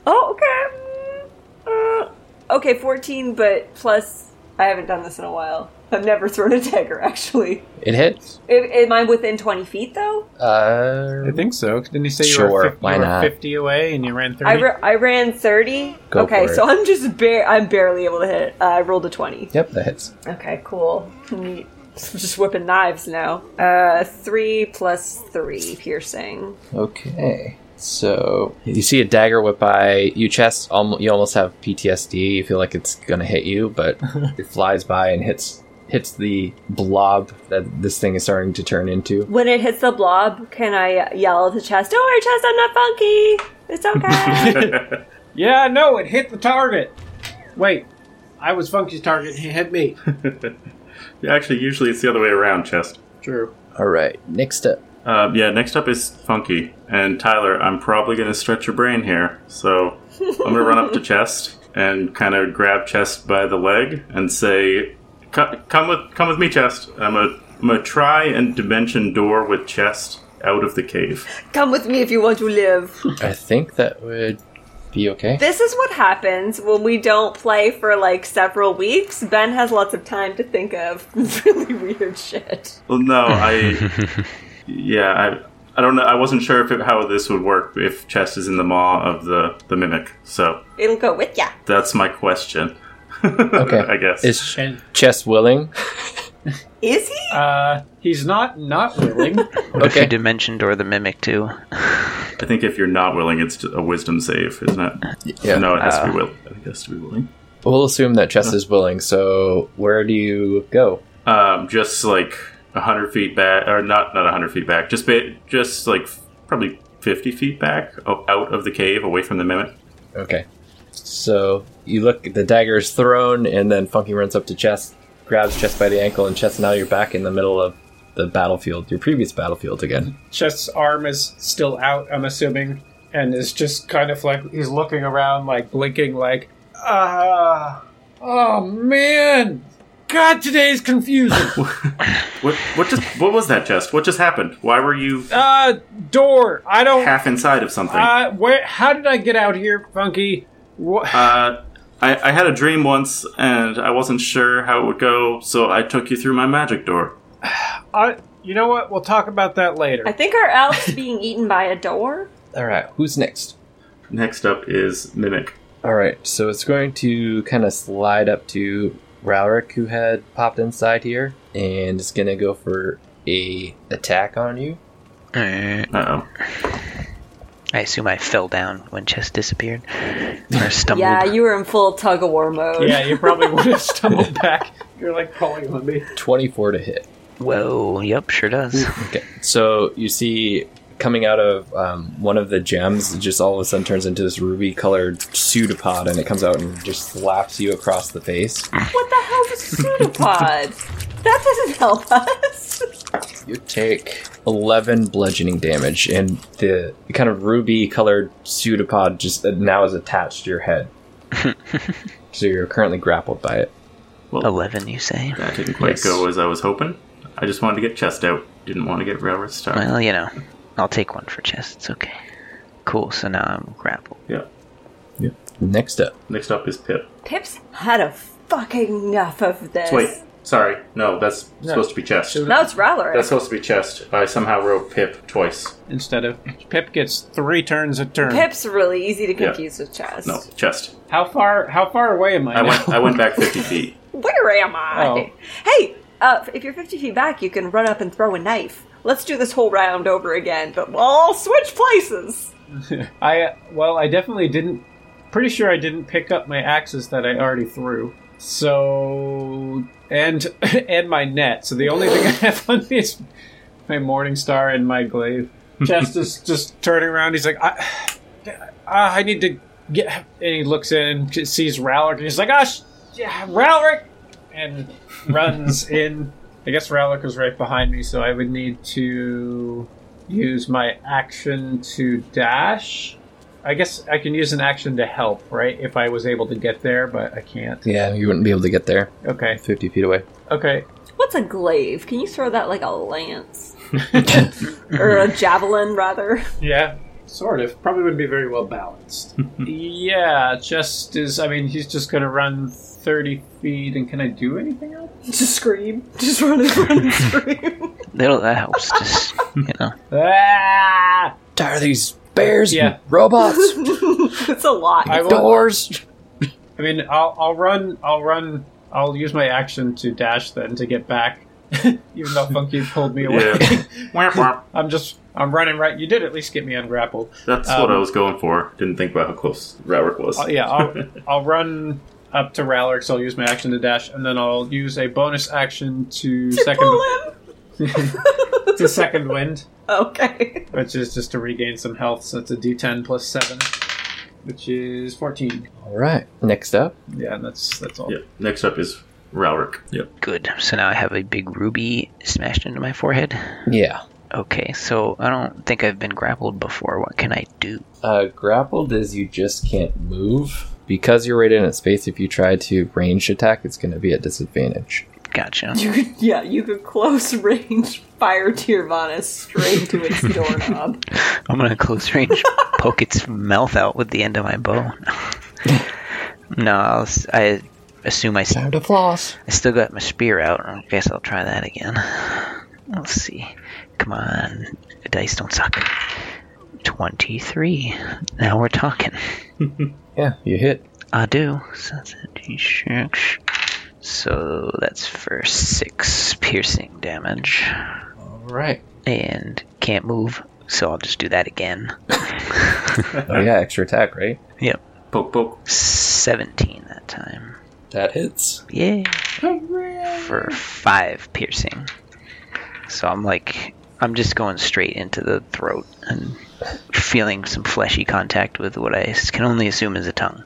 [SPEAKER 7] Oh, okay. Mm, uh, okay, 14, but plus, I haven't done this in a while. I've never thrown a dagger, actually.
[SPEAKER 3] it hits
[SPEAKER 7] Am, am I within 20 feet, though?
[SPEAKER 3] uh
[SPEAKER 6] I think so. Didn't he say you
[SPEAKER 3] Sure,
[SPEAKER 6] were, 50,
[SPEAKER 3] why
[SPEAKER 6] you were
[SPEAKER 3] not?
[SPEAKER 6] 50 away and you ran 30?
[SPEAKER 7] I, ra- I ran 30.
[SPEAKER 3] Go
[SPEAKER 7] okay,
[SPEAKER 3] for it.
[SPEAKER 7] so I'm just bare. I'm barely able to hit it. Uh, I rolled a 20.
[SPEAKER 3] yep that hits
[SPEAKER 7] Okay, cool. Neat. [laughs] Just whipping knives now. Uh, three plus three piercing.
[SPEAKER 3] okay so you see a dagger whip by you chest almo you almost have ptsd you feel like it's gonna hit you but it flies by and hits hits the blob that this thing is starting to turn into
[SPEAKER 7] When it hits the blob, can I yell to chest? Don't worry, chest. I'm not funky.
[SPEAKER 6] [laughs]
[SPEAKER 7] It's okay.
[SPEAKER 6] yeah, no, it hit the target. Wait, I was Funky's target and he hit me.
[SPEAKER 4] Yeah, Actually, usually it's the other way around, Chest.
[SPEAKER 6] True.
[SPEAKER 3] all right next up
[SPEAKER 4] Uh, yeah, next up is Funky. And Tyler, I'm probably going to stretch your brain here. So I'm going to run
[SPEAKER 3] [laughs]
[SPEAKER 4] up to Chest and kind of grab Chest by the leg and say, "Co- Come with, come with me, Chest. I'm going I'm to try and dimension door with Chest out of the cave.
[SPEAKER 7] Come with me if you want to live.
[SPEAKER 3] i think that would be okay
[SPEAKER 7] This is what happens when we don't play for like several weeks. Ben has lots of time to think of [laughs] really weird shit.
[SPEAKER 4] Well, no, I.
[SPEAKER 3] [laughs]
[SPEAKER 4] yeah, I. I don't know. I wasn't sure if it, how this would work if Chest is in the maw of the, the mimic. So
[SPEAKER 7] It'll go with ya.
[SPEAKER 4] that's my question. [laughs]
[SPEAKER 3] okay
[SPEAKER 4] I guess.
[SPEAKER 3] is
[SPEAKER 6] And
[SPEAKER 3] chest willing
[SPEAKER 7] Is he?
[SPEAKER 6] uh, he's not not willing.
[SPEAKER 9] What if
[SPEAKER 3] okay.
[SPEAKER 9] you dimensioned or the mimic too?
[SPEAKER 4] I think if you're not willing, it's a wisdom save, isn't it?
[SPEAKER 3] Yeah. Uh.
[SPEAKER 4] No, it has to be willing. I think it has to be willing.
[SPEAKER 3] We'll assume that Chess is willing, so where do you go?
[SPEAKER 4] Um, just like hundred feet back, or not not hundred feet back. Just ba- just like f- probably fifty feet back, o- out of the cave, away from the mimic.
[SPEAKER 3] Okay. So you look, the dagger is thrown, and then Funky runs up to Chess, grabs Chess by the ankle, and Chess, now you're back in the middle of the battlefield, your previous battlefield again.
[SPEAKER 6] Chest's arm is still out, I'm assuming. and is just kind of like he's looking around, like blinking, like ah, oh man, God, today's confusing.
[SPEAKER 4] [laughs] What what just what was that, Just? What just happened? Why were you
[SPEAKER 6] uh, door, I don't.
[SPEAKER 4] half inside of something?
[SPEAKER 6] Uh, where? How did I get out here, Funky? What?
[SPEAKER 4] Uh, I, I had a dream once, and I wasn't sure how it would go, so I took you through my magic door.
[SPEAKER 6] I, you know what? We'll talk about that later.
[SPEAKER 7] I think our elf's being eaten by a door.
[SPEAKER 3] All right, who's next?
[SPEAKER 4] Next up is Mimic.
[SPEAKER 3] All right, so it's going to kind of slide up to Ralric, who had popped inside here, and it's going to go for a attack on you.
[SPEAKER 9] Uh,
[SPEAKER 4] Uh oh.
[SPEAKER 9] I assume I fell down when Chess disappeared. Or stumbled.
[SPEAKER 7] Yeah, you were in full tug of war
[SPEAKER 6] [laughs]
[SPEAKER 7] mode.
[SPEAKER 6] yeah, you probably would have stumbled back. You're like pulling on me.
[SPEAKER 3] Twenty-four to hit.
[SPEAKER 9] Whoa, yep, sure does.
[SPEAKER 3] Okay, so you see coming out of um, one of the gems, it just all of a sudden turns into this ruby-colored pseudopod, and it comes out and just slaps you across the face.
[SPEAKER 7] What the hell's a pseudopod? that doesn't help us.
[SPEAKER 3] You take 11 bludgeoning damage, and the kind of ruby colored pseudopod just uh, now is attached to your head. so you're currently grappled by it.
[SPEAKER 9] 11, you say?
[SPEAKER 4] That didn't quite
[SPEAKER 3] Yes.
[SPEAKER 4] go as I was hoping. I just wanted to get chest out. Didn't want to get railroad stuck.
[SPEAKER 9] Well, you know, I'll take one for Chess. It's okay. Cool, so now I'm grappled.
[SPEAKER 4] Yeah.
[SPEAKER 3] Next up.
[SPEAKER 4] Next up is Pip.
[SPEAKER 7] Pips had a fucking enough of this.
[SPEAKER 4] Wait, sorry. No, that's supposed to be chest.
[SPEAKER 7] Now it's Rallar.
[SPEAKER 4] That's supposed to be chest. I somehow wrote Pip twice.
[SPEAKER 6] Instead of Pip gets three turns a turn.
[SPEAKER 7] Pip's really easy to
[SPEAKER 4] Yeah.
[SPEAKER 7] confuse with chest.
[SPEAKER 4] No, chest.
[SPEAKER 6] How far? How far away am I?
[SPEAKER 4] I
[SPEAKER 6] now?
[SPEAKER 4] went. I went back fifty feet.
[SPEAKER 7] Where am I?
[SPEAKER 6] Oh.
[SPEAKER 7] Hey, uh, if you're 50 feet back, you can run up and throw a knife. Let's do this whole round over again, but we'll all switch places.
[SPEAKER 6] I uh, well, I definitely didn't. Pretty sure I didn't pick up my axes that I already threw. So and [laughs] and my net. So the only thing I have on me is my morning star and my glaive. Chest is just turning around. He's like, I, ah, I need to get. And he looks in and just sees Ralric, and he's like, Ah, sh- yeah, Ralric, and runs in. I guess Ralric was right behind me, so I would need to use my action to dash. I guess I can use an action to help, right? If I was able to get there, but I can't.
[SPEAKER 3] Yeah, you wouldn't be able to get there.
[SPEAKER 6] Okay.
[SPEAKER 3] 50 feet away.
[SPEAKER 6] Okay.
[SPEAKER 7] What's a glaive? Can you throw that like
[SPEAKER 4] [laughs]
[SPEAKER 7] a lance? or a javelin, rather.
[SPEAKER 6] Yeah. Sort of. Probably wouldn't be very well balanced. yeah, just as. I mean, he's just going to run 30 feet, and can I do anything else?
[SPEAKER 7] Just scream. Just run and run and scream. [laughs]
[SPEAKER 9] That'll, that helps, just, you know.
[SPEAKER 6] Ah!
[SPEAKER 3] Tired of these bears,
[SPEAKER 6] Yeah.
[SPEAKER 3] robots,
[SPEAKER 7] [laughs] it's a lot.
[SPEAKER 6] I will,
[SPEAKER 3] doors.
[SPEAKER 6] I mean, I'll, I'll run. I'll run. I'll use my action to dash then to get back. Even though Funky pulled me away,
[SPEAKER 4] [laughs] Yeah. Wah, wah.
[SPEAKER 6] I'm just I'm running right. You did at least get me ungrappled.
[SPEAKER 4] That's what I was going for. Didn't think about how close Rowrick was.
[SPEAKER 6] I'll, yeah, I'll, I'll run up to Ralric, so I'll use my action to dash, and then I'll use a bonus action to second
[SPEAKER 7] Pull him.
[SPEAKER 6] to second wind,
[SPEAKER 7] Okay. [laughs]
[SPEAKER 6] which is just to regain some health. So it's a D10 plus seven, which is fourteen.
[SPEAKER 3] All right. Next up.
[SPEAKER 6] Yeah, and that's that's all.
[SPEAKER 4] Yeah. Next up is Rowrick. Yep.
[SPEAKER 9] Good. So now I have a big ruby smashed into my forehead.
[SPEAKER 3] Yeah.
[SPEAKER 9] Okay, so I don't think I've been grappled before. What can I do?
[SPEAKER 3] Uh, grappled is you just can't move. Because you're right in its space, if you try to range attack, it's going to be at disadvantage. [laughs]
[SPEAKER 9] Gotcha.
[SPEAKER 7] You could, yeah, you could close range fire Tirvana straight to its doorknob.
[SPEAKER 9] I'm gonna close range poke its mouth out with the end of my bow. [laughs] no, I'll, s- I assume I, s-
[SPEAKER 3] to floss.
[SPEAKER 9] I still got my spear out. I guess I'll try that again. Let's see. Come on, dice don't suck. Twenty-three. Now we're talking.
[SPEAKER 3] Yeah, you hit.
[SPEAKER 9] I do. So that's a d6. So that's for six piercing damage,
[SPEAKER 3] All right.
[SPEAKER 9] and can't move. So I'll just do that again.
[SPEAKER 3] Oh, yeah, extra attack, right?
[SPEAKER 9] Yep.
[SPEAKER 4] Poke poke.
[SPEAKER 9] 17 that time.
[SPEAKER 3] That hits.
[SPEAKER 9] Yay. For five piercing. So I'm like, I'm just going straight into the throat and feeling some fleshy contact with what I s- can only assume is a tongue.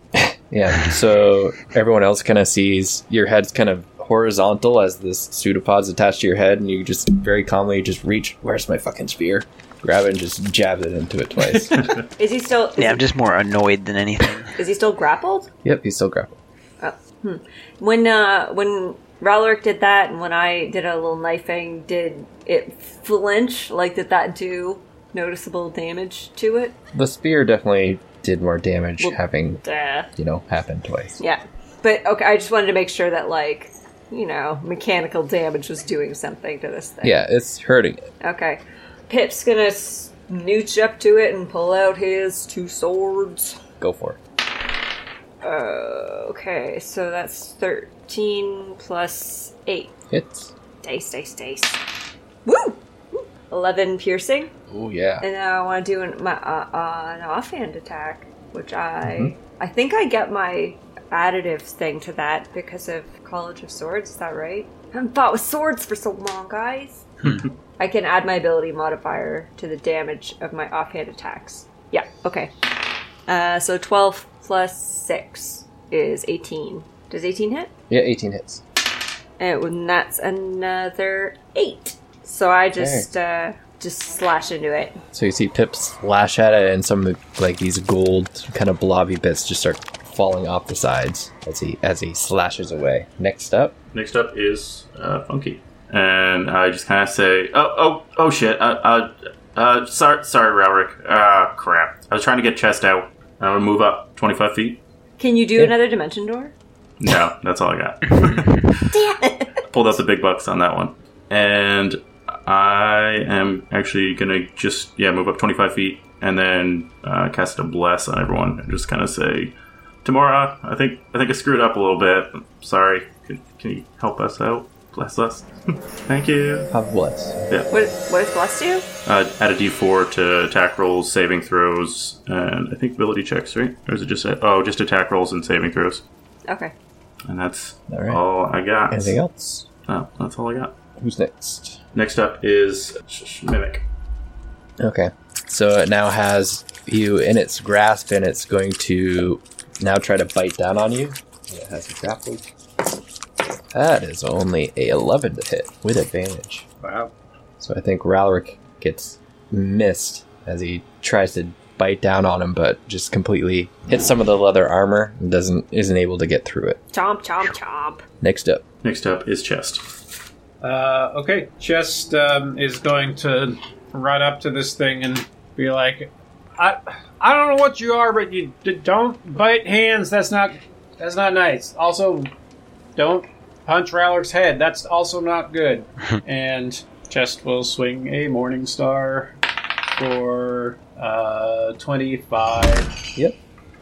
[SPEAKER 3] Yeah, so everyone else kind of sees your head's kind of horizontal as this pseudopod's attached to your head, and you just very calmly just reach, Where's my fucking spear? Grab it and just jab it into it twice.
[SPEAKER 7] Is he still? Is,
[SPEAKER 9] Yeah, I'm just more annoyed than anything.
[SPEAKER 7] is he still grappled?
[SPEAKER 3] yep, he's still grappled.
[SPEAKER 7] When uh when Ralric did that, and when I did a little knifing, did it flinch? Like, did that do noticeable damage to it?
[SPEAKER 3] The spear definitely did more damage
[SPEAKER 7] Well-
[SPEAKER 3] having,
[SPEAKER 7] Duh.
[SPEAKER 3] you know, happened twice.
[SPEAKER 7] Uh, Yeah. But okay, I just wanted to make sure that like, you know, mechanical damage was doing something to this thing.
[SPEAKER 3] Yeah, it's hurting it.
[SPEAKER 7] Okay. Pip's gonna snooch up to it and pull out his two swords.
[SPEAKER 3] Go for it.
[SPEAKER 7] Oh, Okay, so that's thirteen plus eight.
[SPEAKER 3] Hits.
[SPEAKER 7] Dice, dice, dice. Woo! Eleven piercing,
[SPEAKER 3] Oh, yeah.
[SPEAKER 7] and now I want to do an, my, uh, uh, an offhand attack, which I I think I get my additive thing to that because of College of Swords. Is that right? I haven't fought with swords for so long, guys. I can add my ability modifier to the damage of my offhand attacks. Yeah. Okay. Uh, so twelve plus six is eighteen. Does eighteen hit?
[SPEAKER 3] Yeah, 18 hits.
[SPEAKER 7] And when that's another eight. So I just uh, just slash into it.
[SPEAKER 3] So you see Pip slash at it, and some of the, like these gold kind of blobby bits just start falling off the sides as he as he slashes away. Next up,
[SPEAKER 4] Next up is uh, Funky, and I just kind of say, "Oh, oh, oh, shit! Uh, uh, uh sorry, sorry, Ralric. Ah, crap! I was trying to get chest out. I would move up twenty-five feet.
[SPEAKER 7] Can you do another dimension door?
[SPEAKER 4] No, that's all I got. Pulled out the big bucks on that one, and I am actually gonna just yeah move up twenty-five feet and then uh, cast a bless on everyone and just kind of say, "Tamara, I think I think I screwed up a little bit. Sorry. Can, can you help us out? Bless us. [laughs] Thank you."
[SPEAKER 3] have bless.
[SPEAKER 7] What what does bless do?
[SPEAKER 4] Uh, add a D4 to attack rolls, saving throws, and I think ability checks, right? Or is it just oh, just attack rolls and saving throws?
[SPEAKER 7] Okay.
[SPEAKER 4] And that's
[SPEAKER 3] All right.
[SPEAKER 4] all I got.
[SPEAKER 3] Anything else?
[SPEAKER 4] No, Oh, that's all I got.
[SPEAKER 3] Who's next?
[SPEAKER 4] Next up is Sh- Sh- mimic.
[SPEAKER 3] Okay, so it now has you in its grasp, and it's going to now try to bite down on you. It has a grapple. That is only a 11 to hit with advantage.
[SPEAKER 8] Wow.
[SPEAKER 3] So I think Ralric gets missed as he tries to bite down on him, but just completely hits some of the leather armor and doesn't isn't able to get through it.
[SPEAKER 7] Chomp chomp chomp.
[SPEAKER 3] Next up,
[SPEAKER 4] Next up is chest.
[SPEAKER 6] Uh, okay, Chest um, is going to run up to this thing and be like, "I, I don't know what you are, but you d- don't bite hands. That's not, that's not nice. Also, don't punch Ralric's head. That's also not good." and Chest will swing a Morning Star for uh, twenty-five.
[SPEAKER 3] Yep.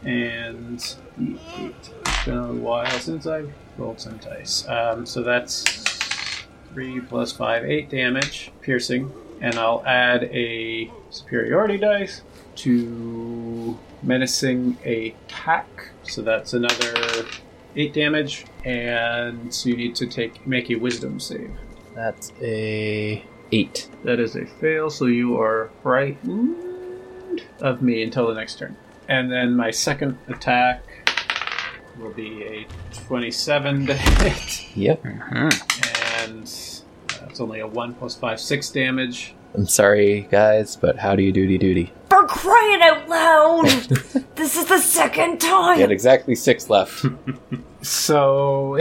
[SPEAKER 6] And it's been a while since I've rolled some dice. Um, so that's three plus five, eight damage, piercing, and I'll add a superiority dice to menacing attack. So that's another eight damage, and so you need to take make a wisdom save.
[SPEAKER 3] that's a eight.
[SPEAKER 6] That is a fail, so you are frightened of me until the next turn. And then my second attack will be a 27 to hit,
[SPEAKER 3] Yep.
[SPEAKER 6] and that's only a 1 plus 5, 6 damage.
[SPEAKER 3] I'm sorry, guys, but how do you duty duty?
[SPEAKER 7] For crying out [laughs] loud! this is the
[SPEAKER 3] [laughs]
[SPEAKER 7] second
[SPEAKER 3] You had
[SPEAKER 7] time.
[SPEAKER 3] exactly six [laughs] left.
[SPEAKER 6] So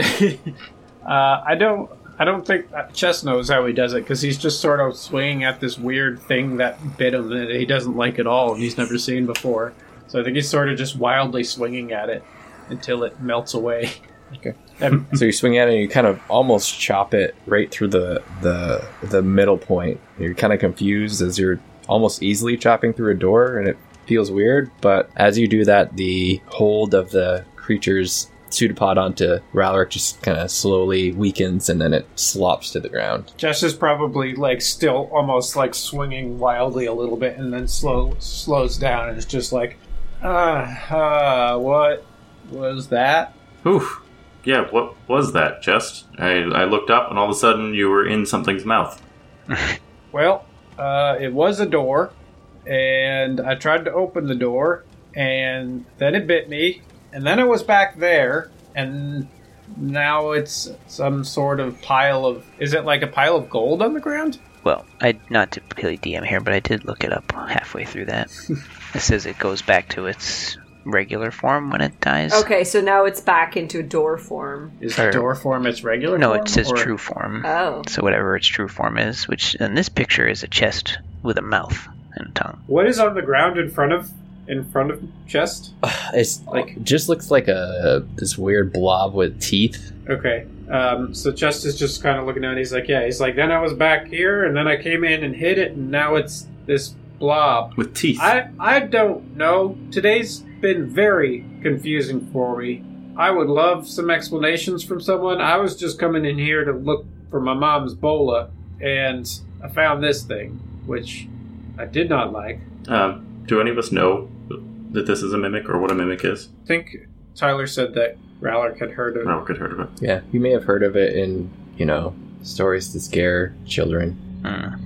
[SPEAKER 6] [laughs] uh, I don't. I don't think uh, Chess knows how he does it because he's just sort of swinging at this weird thing that bit him that he doesn't like at all and he's never seen before. So I think he's sort of just wildly swinging at it until it melts away. [laughs]
[SPEAKER 3] Okay.
[SPEAKER 6] Um,
[SPEAKER 3] so you swing at it and you kind of almost chop it right through the the the middle point. You're kind of confused as you're almost easily chopping through a door and it feels weird, but as you do that the hold of the creature's pseudopod onto Ralric just kind of slowly weakens and then it slops to the ground. [sighs]
[SPEAKER 6] Jess is probably like still almost like swinging wildly a little bit and then slow slows down and is just like, ah, uh, what was that?
[SPEAKER 4] Oof. Yeah, what was that, Chest? I, I looked up and all of a sudden you were in something's mouth.
[SPEAKER 6] Well, uh, it was a door, and I tried to open the door, and then it bit me, and then it was back there, and now it's some sort of pile of. Is it like a pile of gold on the ground?
[SPEAKER 9] well, I not to really DM here, but I did look it up halfway through that. it says it goes back to its regular form when it dies.
[SPEAKER 7] Okay, so now it's back into door form.
[SPEAKER 6] Is
[SPEAKER 9] Or-
[SPEAKER 6] door form its regular?
[SPEAKER 9] No,
[SPEAKER 6] form,
[SPEAKER 9] it says
[SPEAKER 6] or-
[SPEAKER 9] true form.
[SPEAKER 7] Oh.
[SPEAKER 9] So whatever its true form is, which in this picture is a chest with a mouth and a tongue.
[SPEAKER 6] What is on the ground in front of in front of chest?
[SPEAKER 3] It's
[SPEAKER 6] Like-
[SPEAKER 3] like just looks like a this weird blob with teeth.
[SPEAKER 6] Okay. Um, so Chest is just kind of looking down. He's like, yeah. He's like, then I was back here, and then I came in and hit it, and now it's this blob.
[SPEAKER 4] With teeth.
[SPEAKER 6] I I don't know. Today's been very confusing for me. I would love some explanations from someone. I was just coming in here to look for my mom's bola, and I found this thing, which I did not like.
[SPEAKER 4] Um, do any of us know that this is a mimic or what a mimic is?
[SPEAKER 6] I think Tyler said that Rallark had heard of
[SPEAKER 4] No, good heard of it.
[SPEAKER 3] Yeah, you may have heard of it in you know stories to scare children.
[SPEAKER 9] Mm.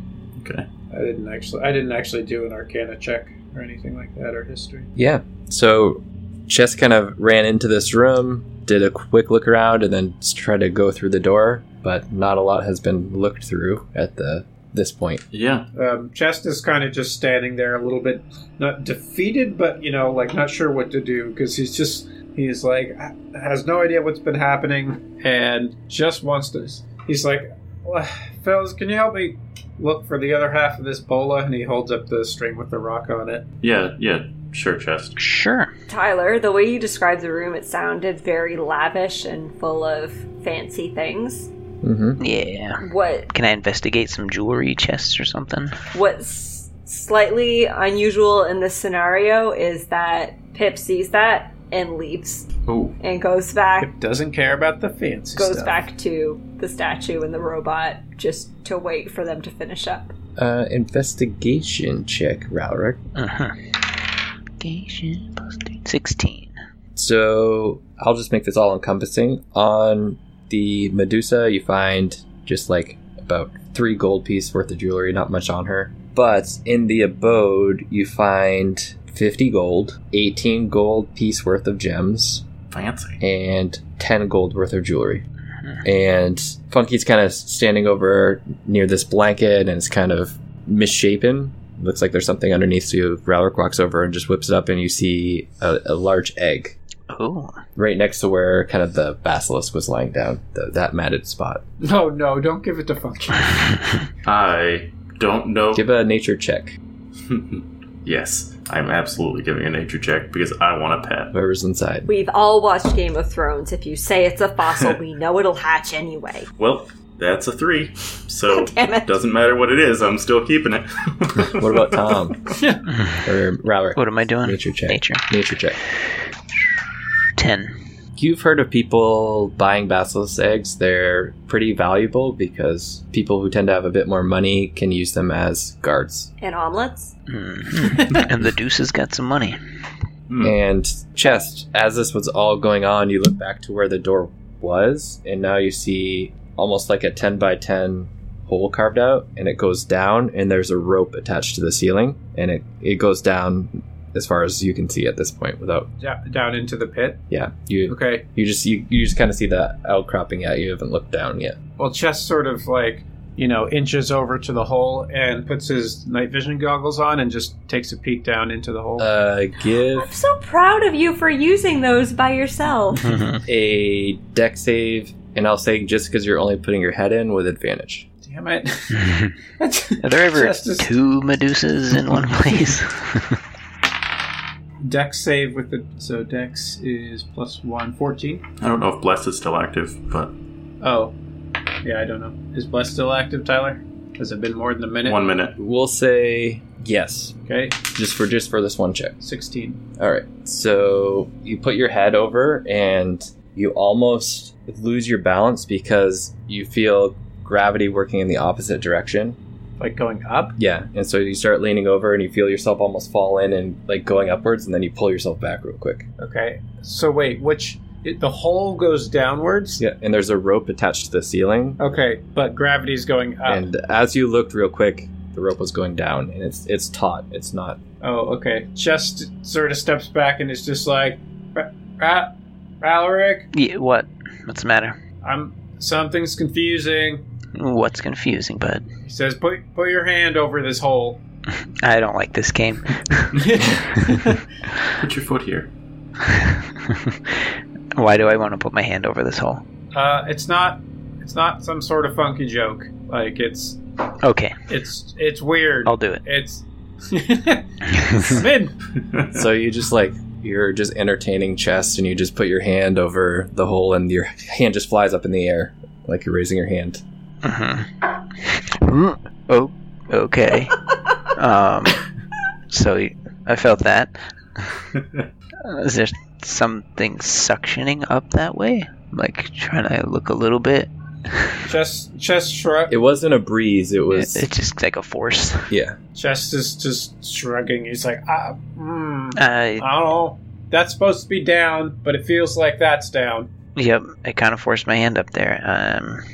[SPEAKER 4] Okay.
[SPEAKER 6] I didn't actually. I didn't actually do an Arcana check or anything like that or history.
[SPEAKER 3] Yeah, so Chess kind of ran into this room, did a quick look around, and then s- tried to go through the door, but not a lot has been looked through at the this point.
[SPEAKER 4] Yeah.
[SPEAKER 7] Hmm.
[SPEAKER 6] Um, Chest is kind of just standing there, a little bit not defeated, but you know, like not sure what to do because he's just he's like has no idea what's been happening and just wants to. He's like, "Well, fellas, can you help me look for the other half of this bola? And he holds up the string with the rock on it.
[SPEAKER 4] Yeah, yeah, sure, chest.
[SPEAKER 9] Sure.
[SPEAKER 7] Tyler, the way you described the room, it sounded very lavish and full of fancy things.
[SPEAKER 3] Mm-hmm.
[SPEAKER 9] Yeah.
[SPEAKER 7] What
[SPEAKER 9] Can I investigate some jewelry chests or something?
[SPEAKER 7] What's slightly unusual in this scenario is that Pip sees that and leaves
[SPEAKER 4] Oh,
[SPEAKER 7] and goes back
[SPEAKER 6] Pip doesn't care about the fancy
[SPEAKER 7] goes
[SPEAKER 6] stuff.
[SPEAKER 7] back to the statue and the robot just to wait for them to finish up.
[SPEAKER 3] Uh, investigation check, Ralric.
[SPEAKER 9] Uh-huh. Investigation plus two. 16.
[SPEAKER 3] So I'll just make this all encompassing. On the Medusa, you find just like about three gold piece worth of jewelry, not much on her. But in the abode, you find 50 gold, 18 gold piece worth of gems,
[SPEAKER 4] fancy.
[SPEAKER 3] and 10 gold worth of jewelry. And Funky's kind of standing over near this blanket and it's kind of misshapen. Looks like there's something underneath, so you- Ralric walks over and just whips it up, and you see a, a large egg
[SPEAKER 9] Oh.
[SPEAKER 3] right next to where kind of the basilisk was lying down, the, that matted spot.
[SPEAKER 6] [laughs] No, no, don't give it to Funky. [laughs]
[SPEAKER 4] I don't know.
[SPEAKER 3] Give a nature check.
[SPEAKER 4] [laughs] yes, I'm absolutely giving a nature check because I want a pet.
[SPEAKER 3] Whoever's inside.
[SPEAKER 7] We've all watched Game of Thrones. If you say it's a fossil, we know it'll hatch anyway.
[SPEAKER 4] Well, that's a three. So
[SPEAKER 7] [laughs] Damn it.
[SPEAKER 4] doesn't matter what it is, I'm still keeping it.
[SPEAKER 3] What about Tom or Robert?
[SPEAKER 9] What am I doing?
[SPEAKER 3] Nature check.
[SPEAKER 9] Nature.
[SPEAKER 3] Nature check.
[SPEAKER 9] 10.
[SPEAKER 3] You've heard of people buying basilisk eggs. They're pretty valuable because people who tend to have a bit more money can use them as guards.
[SPEAKER 7] And omelets?
[SPEAKER 9] Mhm. and the deuce has got some money.
[SPEAKER 4] Hmm.
[SPEAKER 3] And chest, as this was all going on, you look back to where the door was, and now you see almost like a 10 by 10 hole carved out, and it goes down, and there's a rope attached to the ceiling, and it, it goes down as far as you can see at this point without
[SPEAKER 6] Da- down into the pit.
[SPEAKER 3] yeah you
[SPEAKER 6] Okay,
[SPEAKER 3] you just you, you just kind of see the outcropping at you haven't looked down yet
[SPEAKER 6] Well, Chess sort of like, you know, inches over to the hole and puts his night vision goggles on and just takes a peek down into the hole.
[SPEAKER 3] uh give
[SPEAKER 7] I'm so proud of you for using those by yourself.
[SPEAKER 6] Mm-hmm.
[SPEAKER 3] a deck save and i'll say just because you're only putting your head in with advantage
[SPEAKER 6] Damn
[SPEAKER 9] [laughs]
[SPEAKER 6] it.
[SPEAKER 9] Are there ever
[SPEAKER 6] Chest is-
[SPEAKER 9] two Medusas
[SPEAKER 6] [laughs]
[SPEAKER 9] in one place?
[SPEAKER 6] Dex save with the. So Dex is plus one, 14.
[SPEAKER 4] I don't know if Bless is still active, but
[SPEAKER 6] Oh. Yeah, I don't know. Is Bless still active, Tyler? Has it been more than a minute?
[SPEAKER 4] one minute.
[SPEAKER 3] we'll say yes
[SPEAKER 6] Okay,
[SPEAKER 3] just for just for this one check
[SPEAKER 6] 16.
[SPEAKER 3] All right. So you put your head over and you almost lose your balance because you feel gravity working in the opposite direction.
[SPEAKER 6] Like going up?
[SPEAKER 3] Yeah. And so you start leaning over and you feel yourself almost fall in and like going upwards and then you pull yourself back real quick.
[SPEAKER 6] Okay. So wait, which. It, the hole goes downwards?
[SPEAKER 3] Yeah. And there's a rope attached to the ceiling.
[SPEAKER 6] Okay, but gravity's going up.
[SPEAKER 3] And as you looked real quick, the rope was going down and it's it's taut. It's not
[SPEAKER 6] Oh, okay. Just sort of steps back and is just like, "Ra- Ra- Ralric,
[SPEAKER 9] yeah, what? What's the matter?
[SPEAKER 6] I'm something's confusing.
[SPEAKER 9] What's confusing, bud?
[SPEAKER 6] He says, "Put put your hand over this hole." Uh,
[SPEAKER 9] I don't like this game. [laughs]
[SPEAKER 4] Put your foot here.
[SPEAKER 9] Why do I want to put my hand over this hole?
[SPEAKER 6] Uh, it's not it's not some sort of funky joke. Like it's
[SPEAKER 9] Okay,
[SPEAKER 6] it's it's weird.
[SPEAKER 9] I'll do it.
[SPEAKER 6] It's I'm in.
[SPEAKER 3] So you just like you're just entertaining chess, and you just put your hand over the hole, and your hand just flies up in the air like you're raising your hand.
[SPEAKER 9] Mhm. Oh, okay. um, so y- I felt that. Is there something suctioning up that way? Like trying to look a little bit.
[SPEAKER 6] Chest chest shrug.
[SPEAKER 3] It wasn't a breeze. It was
[SPEAKER 9] It's just like a force.
[SPEAKER 3] yeah.
[SPEAKER 6] Chest is just shrugging. He's like, ah, mm, I
[SPEAKER 9] I
[SPEAKER 6] don't know. That's supposed to be down, but it feels like that's down.
[SPEAKER 9] yep. I kind of forced my hand up there. Um,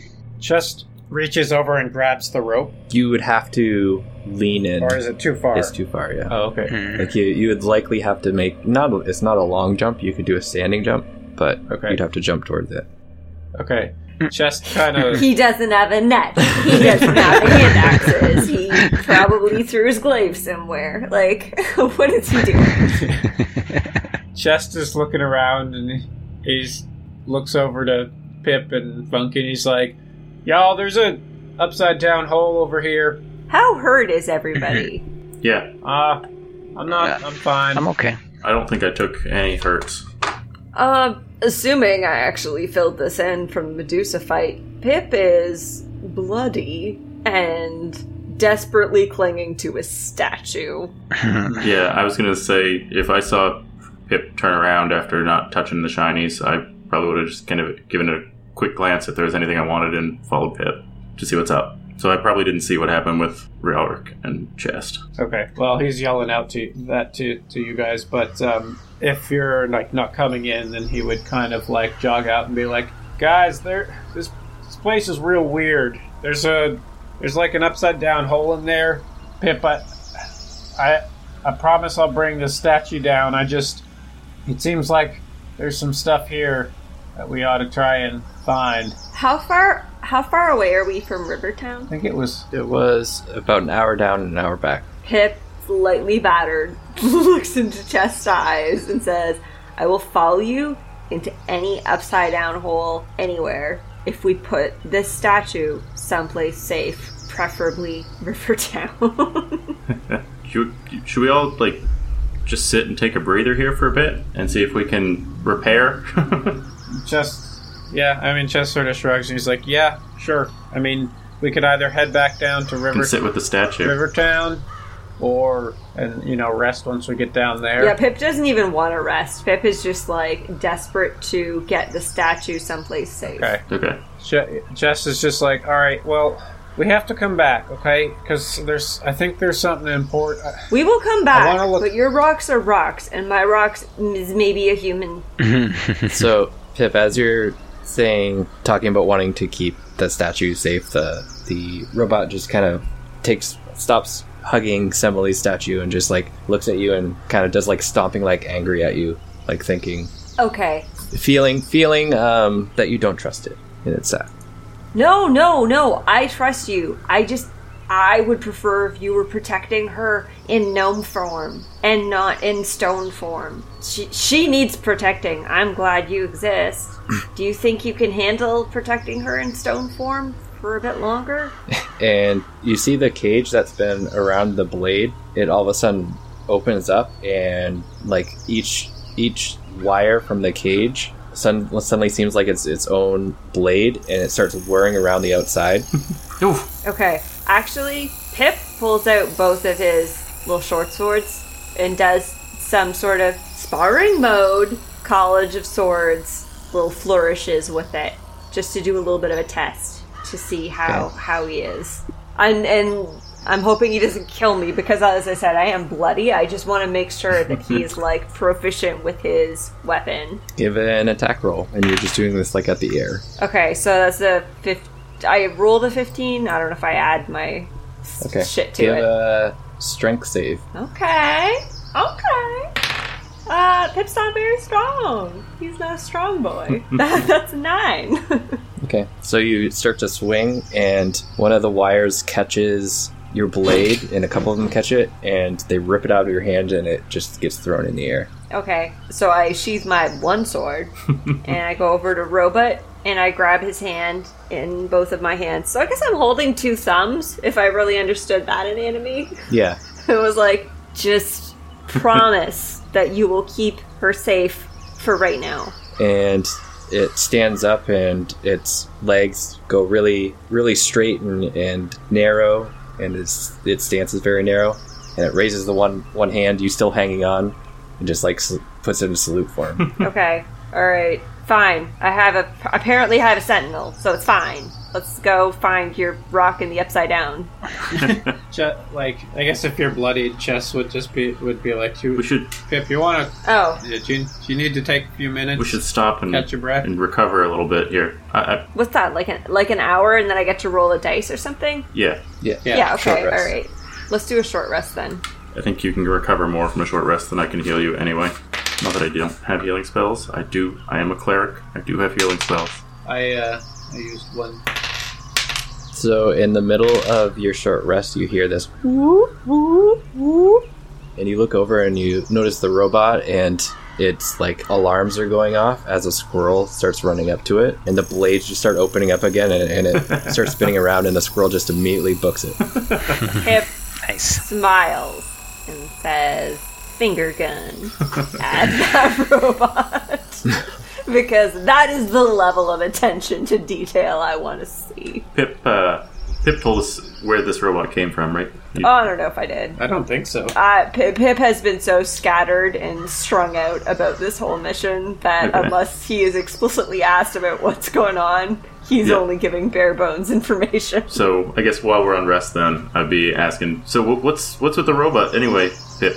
[SPEAKER 6] Chest reaches over and grabs the rope,
[SPEAKER 3] You would have to lean in.
[SPEAKER 6] or is it too far?
[SPEAKER 3] It's too far. Yeah.
[SPEAKER 6] oh, okay.
[SPEAKER 9] hmm.
[SPEAKER 3] Like you, you would likely have to make not. It's not a long jump. You could do a standing jump, but
[SPEAKER 6] Okay.
[SPEAKER 3] you'd have to jump toward it.
[SPEAKER 6] Okay. Chest kind of. [laughs]
[SPEAKER 7] He doesn't have a net. He doesn't have hand axes. He probably threw his glaive somewhere. Like, [laughs] what is he doing?
[SPEAKER 6] Chest is looking around and he's looks over to Pip and Funky and he's like, Y'all, there's a upside down hole over here.
[SPEAKER 7] How hurt is everybody?
[SPEAKER 4] Yeah,
[SPEAKER 6] Uh I'm not I'm fine.
[SPEAKER 9] I'm okay.
[SPEAKER 4] I don't think I took any hurts.
[SPEAKER 7] Uh, assuming I actually filled this in from the Medusa fight, Pip is bloody and desperately clinging to a statue.
[SPEAKER 4] Yeah, I was gonna say if I saw Pip turn around after not touching the shinies, I probably would have just kind of given it a quick glance if there was anything I wanted and followed Pip to see what's up. So I probably didn't see what happened with Ralric and Chest.
[SPEAKER 6] Okay. Well he's yelling out to that to to you guys, but um if you're like not coming in then he would kind of like jog out and be like, Guys, there this this place is real weird. There's a there's like an upside down hole in there. Pip I I I promise I'll bring the statue down. I just it seems like there's some stuff here that we ought to try and find.
[SPEAKER 7] How far? How far away are we from Rivertown?
[SPEAKER 6] I think it was
[SPEAKER 3] It was about an hour down and an hour back.
[SPEAKER 7] Pip, slightly battered, [laughs] looks into Chest's eyes and says, "I will follow you into any upside down hole anywhere if we put this statue someplace safe, preferably [laughs] Rivertown." [laughs]
[SPEAKER 4] Should, should we all like just sit and take a breather here for a bit and see if we can repair? [laughs]
[SPEAKER 6] just yeah, I mean Chess sort of shrugs and he's like, Yeah, sure. I mean, we could either head back down to River
[SPEAKER 4] and sit with the statue.
[SPEAKER 6] Rivertown or and you know, rest once we get down there.
[SPEAKER 7] Yeah, Pip doesn't even want to rest. Pip is just like desperate to get the statue someplace safe.
[SPEAKER 6] Okay.
[SPEAKER 4] Okay.
[SPEAKER 6] Je- Jess is just like, all right, well, we have to come back, okay? Because there's, I think there's something uh, important.
[SPEAKER 7] We will come back,
[SPEAKER 6] wanna look-
[SPEAKER 7] but your rocks are rocks, and my rocks is maybe a human.
[SPEAKER 3] [laughs] So, Pip, as you're saying, talking about wanting to keep the statue safe, the the robot just kind of takes stops hugging Sembele's statue and just like looks at you and kind of does like stomping like angry at you, like thinking,
[SPEAKER 7] Okay.
[SPEAKER 3] feeling, feeling um, that you don't trust it in its sack.
[SPEAKER 7] No, no, no. I trust you. I just, I would prefer if you were protecting her in gnome form and not in stone form. She, she needs protecting. I'm glad
[SPEAKER 6] [clears throat]
[SPEAKER 7] you exist. Do you think you can handle protecting her in stone form for a bit longer?
[SPEAKER 3] and you see the cage that's been around the blade it all of a sudden opens up and like each each wire from the cage sudden, suddenly seems like it's its own blade and it starts whirring around the outside
[SPEAKER 7] Okay. Actually, Pip pulls out both of his little short swords and does some sort of sparring mode, College of Swords, little flourishes with it, just to do a little bit of a test to see how how he is. And and I'm hoping he doesn't kill me because as I said, I am bloody. I just want to make sure that he is like proficient with his weapon.
[SPEAKER 3] give it an attack roll and you're just doing this like at the air
[SPEAKER 7] Okay, so that's a fif- I rolled a 15. I don't know if I add my s-
[SPEAKER 3] okay
[SPEAKER 7] shit to
[SPEAKER 3] give
[SPEAKER 7] it.
[SPEAKER 3] a strength save
[SPEAKER 7] Okay. Okay. [laughs] Uh, Pip's not very strong. He's not a strong boy. That's a nine. [laughs]
[SPEAKER 8] Okay. So you start to swing, and one of the wires catches your blade, and a couple of them catch it, and they rip it out of your hand, and it just gets thrown in the air.
[SPEAKER 7] Okay, so I sheathe my one sword and I go over to Robot and I grab his hand in both of my hands. So I guess I'm holding two thumbs if I really understood that anatomy.
[SPEAKER 8] Yeah.
[SPEAKER 7] [laughs] It was like, just promise that you will keep her safe for right now.
[SPEAKER 8] And it stands up, and its legs go really, really straight and, and narrow, and its, its stance is very narrow, and it raises the one one hand you still hanging on, and just like sal- puts it in salute form.
[SPEAKER 7] Okay, alright, fine. I have a. Apparently, I have a sentinel, so it's fine. Let's go find your rock in the upside down.
[SPEAKER 6] Ju- like, I guess if you're bloodied, Chess would just be would be like, you,
[SPEAKER 4] We should
[SPEAKER 6] if you want
[SPEAKER 7] Oh,
[SPEAKER 6] to, you, you need to take a few minutes.
[SPEAKER 4] we should stop and
[SPEAKER 6] Catch your breath.
[SPEAKER 4] and recover a little bit here. I, I,
[SPEAKER 7] what's that? Like an like an hour, and then I get to roll a dice or something.
[SPEAKER 4] yeah,
[SPEAKER 6] Yeah,
[SPEAKER 7] Yeah, okay,
[SPEAKER 8] short
[SPEAKER 7] all
[SPEAKER 8] rest.
[SPEAKER 7] right. Let's do a short rest then.
[SPEAKER 4] I think you can recover more from a short rest than I can heal you anyway. Not that I don't have healing spells. I do. I am a cleric. I do have healing spells.
[SPEAKER 6] I uh, I used one.
[SPEAKER 8] so in the middle of your short rest, you hear this and you look over and you notice the robot and its like alarms are going off as a squirrel starts running up to it and the blades just start opening up again and, and it starts spinning around and the squirrel just immediately books it
[SPEAKER 7] Pip
[SPEAKER 9] Nice.
[SPEAKER 7] smiles and says, "Finger
[SPEAKER 8] [laughs]
[SPEAKER 7] gun at that robot." [laughs] Because that is the level of attention to detail I want to see.
[SPEAKER 4] Pip, uh, Pip told us where this robot came from, right? You-
[SPEAKER 7] Oh, I don't know if I did.
[SPEAKER 6] I don't think so.
[SPEAKER 7] Uh, Pip, Pip has been so scattered and strung out about this whole mission that
[SPEAKER 4] Okay.
[SPEAKER 7] unless he is explicitly asked about what's going on, he's
[SPEAKER 4] Yeah.
[SPEAKER 7] only giving bare bones information.
[SPEAKER 4] So I guess while we're on rest, then I'd be asking. So wh- what's what's with the robot anyway, Pip,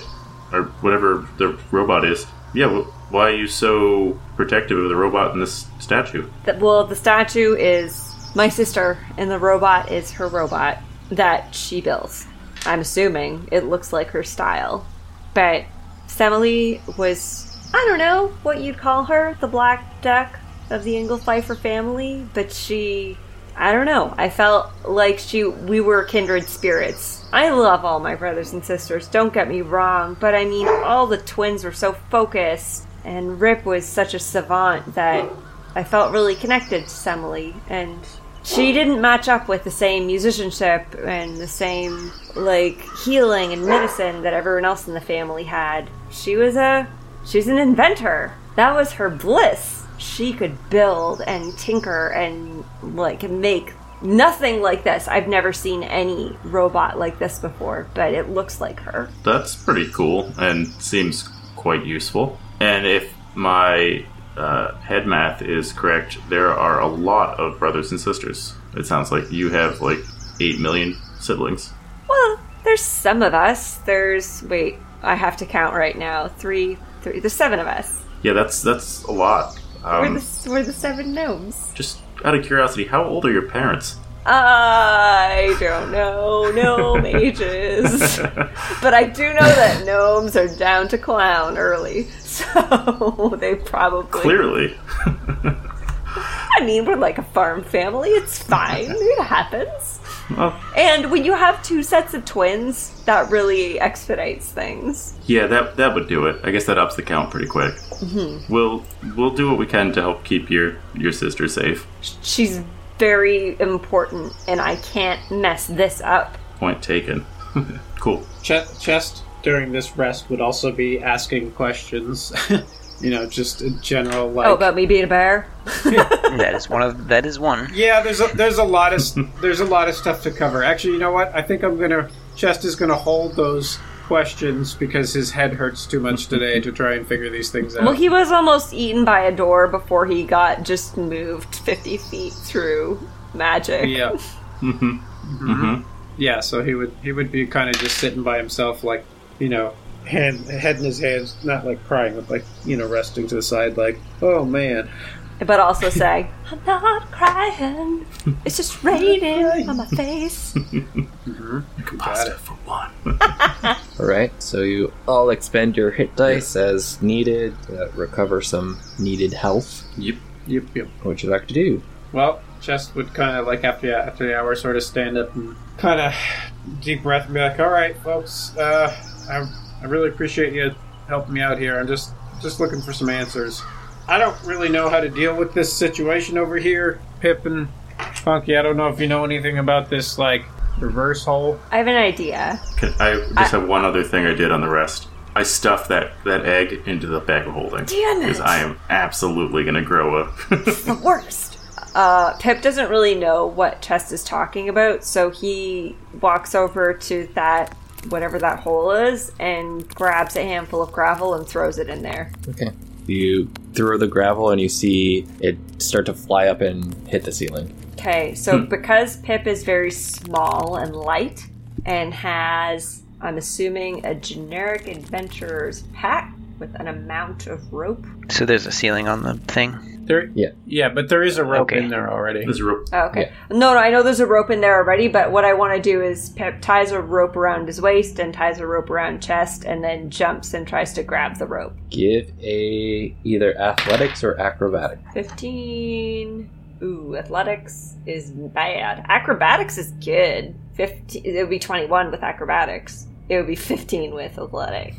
[SPEAKER 4] or whatever the robot is? Yeah, wh- why are you so protective of the robot in this statue?
[SPEAKER 7] The, well, the statue is my sister, and the robot is her robot that she built. I'm assuming it looks like her style. But Semele was, I don't know what you'd call her, the black duck of the Engelpfeifer family, but she, I don't know, I felt like she, we were kindred spirits. I love all my brothers and sisters, don't get me wrong, but I mean, all the twins were so focused, and Rip was such a savant that I felt really connected to Semele, and she didn't match up with the same musicianship and the same like healing and medicine that everyone else in the family had. She was a she's an inventor. That was her bliss. She could build and tinker and like make nothing like this. I've never seen any robot like this before, but it looks like her.
[SPEAKER 4] That's pretty cool and seems quite useful. And if my uh, head math is correct, there are a lot of brothers and sisters. It sounds like you have like eight million siblings.
[SPEAKER 7] Well, there's some of us. There's wait, I have to count right now. Three, three. There's seven of us.
[SPEAKER 4] Yeah, that's that's a lot. Um,
[SPEAKER 7] We're the, we're the seven gnomes.
[SPEAKER 4] Just out of curiosity, how old are your parents?
[SPEAKER 7] I don't know [laughs] gnome [laughs] ages. but I do know that gnomes are down to clown early. [laughs] So they probably.
[SPEAKER 4] Clearly.
[SPEAKER 7] I mean, we're like a farm family. It's [laughs] fine. It happens.
[SPEAKER 4] Well,
[SPEAKER 7] And when you have two sets of twins, that really expedites things.
[SPEAKER 4] yeah, that that would do it. I guess that ups the count pretty quick. We'll we'll do what we can to help keep your your sister safe.
[SPEAKER 7] She's very important, and I can't mess this up.
[SPEAKER 4] Point taken. [laughs] cool.
[SPEAKER 6] Ch- Chest during this rest would also be asking questions. [laughs] you know, just in general like.
[SPEAKER 7] oh, about me being a bear?
[SPEAKER 9] That is one of that is one.
[SPEAKER 6] yeah, there's a, there's a lot of [laughs] s- there's a lot of stuff to cover. Actually, you know what? I think I'm gonna Chest is gonna hold those questions because his head hurts too much today to try and figure these things out.
[SPEAKER 7] Well, he was almost eaten by a door before he got just moved 50 feet through magic.
[SPEAKER 6] yeah. Mm-hmm. Yeah, so he would he would be kind of just sitting by himself, like you know, hand head in his hands, not like crying, but like you know, resting to the side, like, oh man,
[SPEAKER 7] But also say, I'm not crying. It's just raining on my face.
[SPEAKER 4] Pasta for one.
[SPEAKER 8] all right so you all expend your hit dice as needed uh, recover some needed health
[SPEAKER 4] yep.
[SPEAKER 6] yep, yep.
[SPEAKER 8] what would you like to do
[SPEAKER 6] Well, Chest would kind of like after after the hour, sort of stand up and kind of deep breath and be like, "All right, folks, uh, I I really appreciate you helping me out here. I'm just just looking for some answers. I don't really know how to deal with this situation over here, Pip and Funky. I don't know if you know anything about this like reverse hole.
[SPEAKER 7] I have an idea.
[SPEAKER 4] Can- I just have one other thing I did on the rest. I stuffed that, that egg into the bag of holding.
[SPEAKER 7] Damn it.
[SPEAKER 4] Because I am absolutely going to grow up. [laughs]
[SPEAKER 7] the worst. Uh, Pip doesn't really know what Chest is talking about, so he walks over to that whatever that hole is and grabs a handful of gravel and throws it in there.
[SPEAKER 1] Okay.
[SPEAKER 3] You throw the gravel and you see it start to fly up and hit the ceiling.
[SPEAKER 7] Okay, so because Pip is very small and light and has, I'm assuming, a generic adventurer's pack with an amount of rope.
[SPEAKER 9] So there's a ceiling on the thing.
[SPEAKER 6] There,
[SPEAKER 3] Yeah.
[SPEAKER 6] yeah, but there is a rope
[SPEAKER 9] Okay.
[SPEAKER 6] in there already.
[SPEAKER 4] There's a rope-
[SPEAKER 7] Oh, okay. No, no, I know there's a rope in there already, but what I want to do is Pip ties a rope around his waist and ties a rope around chest and then jumps and tries to grab the rope.
[SPEAKER 3] Give a either athletics or acrobatic.
[SPEAKER 7] 15. Ooh, athletics is bad. Acrobatics is good. 15. It would be 21 with acrobatics. It would be 15 with athletics.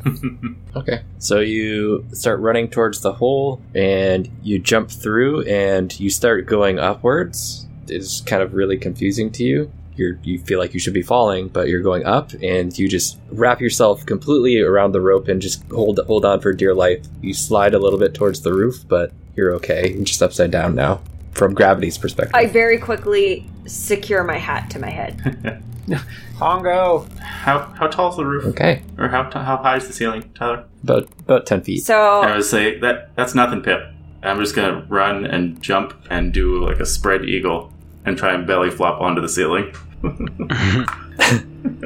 [SPEAKER 3] Okay. So you start running towards the hole and you jump through and you start going upwards. It's kind of really confusing to you. You're, you feel like you should be falling, but you're going up, and you just wrap yourself completely around the rope and just hold hold on for dear life. You slide a little bit towards the roof, but you're okay. You're just upside down now, from gravity's perspective.
[SPEAKER 7] I very quickly secure my hat to
[SPEAKER 4] [laughs]
[SPEAKER 7] my head.
[SPEAKER 6] Hongo,
[SPEAKER 4] how, how tall is the roof?
[SPEAKER 3] okay,
[SPEAKER 4] Or how, t- how high is the ceiling, Tyler?
[SPEAKER 3] about about ten feet.
[SPEAKER 4] I
[SPEAKER 7] So,
[SPEAKER 4] would say that that's nothing, Pip. I'm just gonna run and jump and do like a spread eagle and try and belly flop onto the ceiling.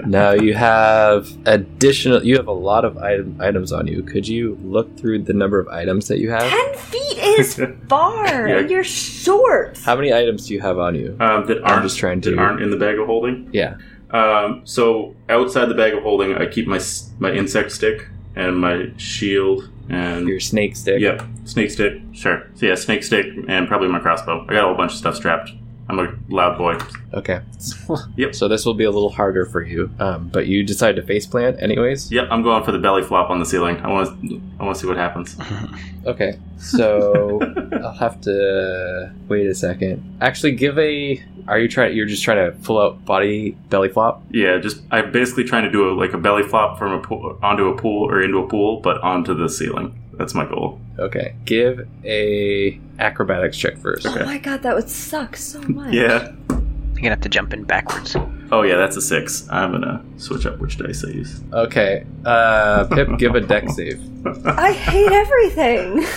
[SPEAKER 3] Now you have additional. You have a lot of item, items on you. Could you look through the number of items that you have?
[SPEAKER 7] 10 feet
[SPEAKER 4] [laughs]
[SPEAKER 7] is
[SPEAKER 4] Um,
[SPEAKER 7] far.
[SPEAKER 4] Yeah.
[SPEAKER 7] and You're short.
[SPEAKER 3] How many items do you have on you?
[SPEAKER 4] Um, that
[SPEAKER 3] I'm
[SPEAKER 4] aren't
[SPEAKER 3] just trying to-
[SPEAKER 4] that aren't in the bag of holding.
[SPEAKER 3] Yeah.
[SPEAKER 4] Um, so outside the bag of holding, I keep my s- my insect stick and my shield and
[SPEAKER 3] Your snake stick.
[SPEAKER 4] yep snake stick. Sure. So yeah, snake stick and probably my crossbow. I got a whole bunch of stuff strapped. I'm a loud boy.
[SPEAKER 3] Okay.
[SPEAKER 4] Yep.
[SPEAKER 3] So this will be a little harder for you, um, but you decide to face plant anyways.
[SPEAKER 4] Yep, I'm going for the belly flop on the ceiling. I want to I want to see what happens.
[SPEAKER 3] Okay. So
[SPEAKER 4] [laughs]
[SPEAKER 3] I'll have to wait a second. Actually, give a. Are you trying? You're just trying to pull out body belly flop.
[SPEAKER 4] Yeah, just I'm basically trying to do a, like a belly flop from a pool onto a pool or into a pool, but onto the ceiling. That's my goal.
[SPEAKER 3] Okay. Give a acrobatics check first.
[SPEAKER 7] Oh my god, that would
[SPEAKER 4] [laughs]
[SPEAKER 7] suck so much.
[SPEAKER 4] Yeah.
[SPEAKER 9] You're gonna have to jump in backwards.
[SPEAKER 4] Oh yeah, that's a six. I'm gonna switch up which dice I use.
[SPEAKER 3] Okay. Uh, Pip, give a deck save.
[SPEAKER 7] I hate everything. [laughs]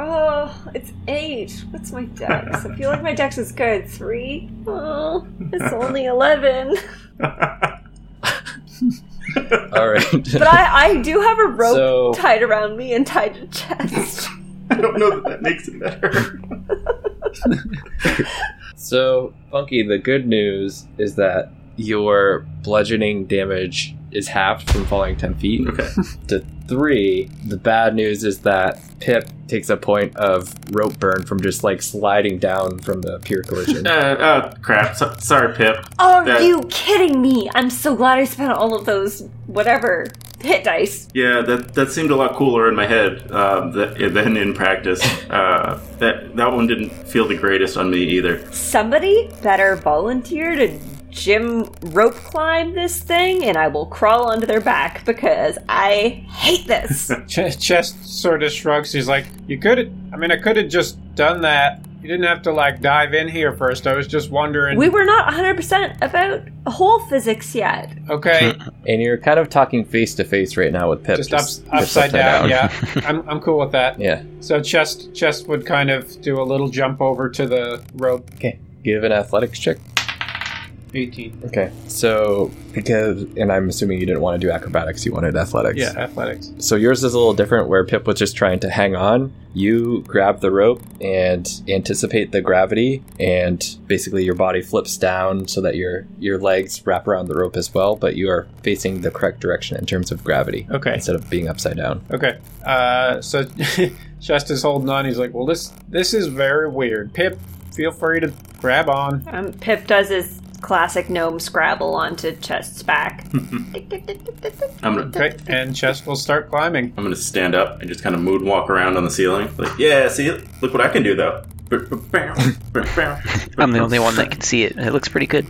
[SPEAKER 7] Oh, it's eight. What's my dex? I feel like my dex is good. Three? Oh,
[SPEAKER 4] [laughs]
[SPEAKER 7] it's only 11.
[SPEAKER 3] All right. [laughs]
[SPEAKER 7] But I, I do have a rope
[SPEAKER 3] So-
[SPEAKER 7] tied around me and tied to
[SPEAKER 4] [laughs]
[SPEAKER 7] chest.
[SPEAKER 4] [laughs] I don't know that that makes it better.
[SPEAKER 3] So, Funky, the good news is that your bludgeoning damage is halved from falling 10 feet
[SPEAKER 4] [laughs] Okay.
[SPEAKER 3] to 3. The bad news is that Pip takes a point of rope burn from just like sliding down from the pure collision.
[SPEAKER 6] [laughs]
[SPEAKER 4] Uh, oh crap. So, sorry, Pip.
[SPEAKER 7] Are
[SPEAKER 4] That-
[SPEAKER 7] you kidding me? I'm so glad I spent all of those whatever hit dice.
[SPEAKER 4] Yeah, that that seemed a lot cooler in my head um, th- than in practice. Uh, that that one didn't feel the greatest on me either.
[SPEAKER 7] Somebody better volunteer to gym rope climb this thing and I will crawl onto their back because I hate this.
[SPEAKER 6] Ch- Chest sort of shrugs. He's like, "You could. have I mean, I could have just done that. You didn't have to like dive in here first. I was just wondering.
[SPEAKER 7] we were not 100% about hole physics yet.
[SPEAKER 6] okay,
[SPEAKER 3] and you're kind of talking face to face right now with Pip.
[SPEAKER 6] just, ups,
[SPEAKER 3] you're
[SPEAKER 6] upside down. Yeah, [laughs] I'm, I'm cool with that.
[SPEAKER 3] Yeah.
[SPEAKER 6] So chest chest would kind of do a little jump over to the rope.
[SPEAKER 3] Okay. Give an athletics check.
[SPEAKER 6] 18.
[SPEAKER 3] Okay. So because and I'm assuming you didn't want to do acrobatics, you wanted athletics.
[SPEAKER 6] Yeah, athletics.
[SPEAKER 3] So yours is a little different where Pip was just trying to hang on. You grab the rope and anticipate the gravity and basically your body flips down so that your your legs wrap around the rope as well, but you are facing the correct direction in terms of gravity
[SPEAKER 6] Okay.
[SPEAKER 3] instead of being upside down.
[SPEAKER 6] Okay. Uh, so [laughs] Shesta's holding on. He's like, well, this this is very weird. Pip, feel free to grab on.
[SPEAKER 7] Um, Pip does his classic gnome scrabble onto Chest's back.
[SPEAKER 4] I'm gonna
[SPEAKER 6] Okay. And Chest will start climbing.
[SPEAKER 4] I'm gonna stand up and just kind of mood walk around on the ceiling. Like, yeah, see, look what I can do though.
[SPEAKER 9] I'm the only one that can see it. and It looks pretty good.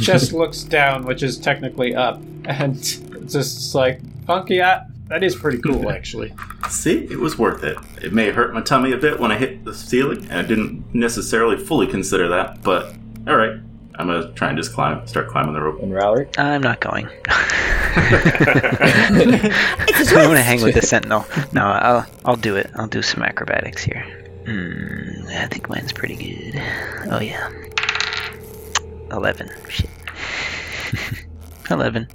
[SPEAKER 6] Chest looks down, which is technically up, and [laughs] it's just like, funky, I, that is pretty cool, actually.
[SPEAKER 4] [laughs] See, it was worth it. It may hurt my tummy a bit when I hit the ceiling, and I didn't necessarily fully consider that, but all right. I'm gonna try and just climb, start climbing the rope.
[SPEAKER 3] And Rowley?
[SPEAKER 9] I'm not going. [laughs] I'm gonna hang with the sentinel. No, I'll I'll do it. I'll do some acrobatics here. Hmm, I think mine's pretty good. Oh yeah, eleven. Shit, [laughs] eleven.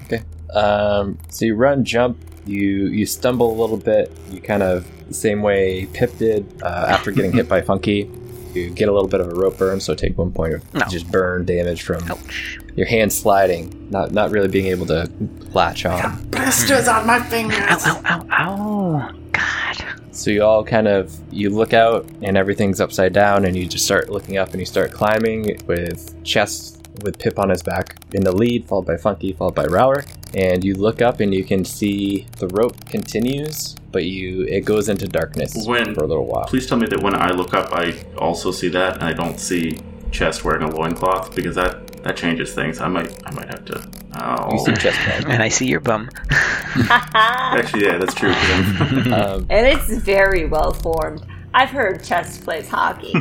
[SPEAKER 3] Um, so you run, jump, you you stumble a little bit. You kind of the same way Pip did uh, after getting hit by Funky. You get a little bit of a rope burn, so take one point of
[SPEAKER 9] No.
[SPEAKER 3] just burn damage from
[SPEAKER 9] Ouch.
[SPEAKER 3] your hand sliding, not not really being able to latch on.
[SPEAKER 4] Blisters on my fingers.
[SPEAKER 9] Ow, ow, ow. God.
[SPEAKER 3] So you all kind of you look out and everything's upside down, and you just start looking up and you start climbing with chest with Pip on his back in the lead, followed by Funky, followed by Rower. And you look up and you can see the rope continues, but you it goes into darkness
[SPEAKER 4] When-
[SPEAKER 3] for a little
[SPEAKER 4] [laughs]
[SPEAKER 3] while.
[SPEAKER 4] Please tell me that when I look up, I also see that, and I don't see chest wearing a loincloth because that that changes things. I might, I might have to. Oh.
[SPEAKER 3] You see chest bump.
[SPEAKER 9] And I see your bum.
[SPEAKER 7] and
[SPEAKER 4] Actually, yeah, that's true.
[SPEAKER 3] [laughs]
[SPEAKER 4] 'cause I'm-
[SPEAKER 3] Um,
[SPEAKER 7] it's very well formed. I've heard Chest plays hockey.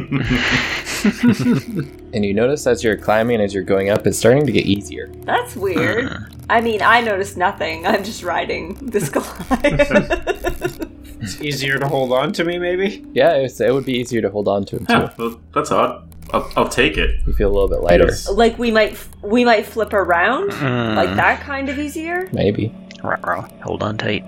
[SPEAKER 3] and you notice as you're climbing and as you're going up, it's starting to get easier.
[SPEAKER 7] That's weird. I mean, I noticed nothing. I'm just riding this Goliath.
[SPEAKER 6] It's easier to hold on to me, maybe?
[SPEAKER 3] Yeah, it's, it would be easier to hold on to him too.
[SPEAKER 4] Huh, well, that's odd. I'll, I'll take it.
[SPEAKER 3] You feel a little bit lighter,
[SPEAKER 4] Yes.
[SPEAKER 7] [laughs] like we might we might flip around like that kind of easier.
[SPEAKER 3] maybe.
[SPEAKER 9] Ruh-roh. Hold on
[SPEAKER 4] [laughs]
[SPEAKER 9] tight.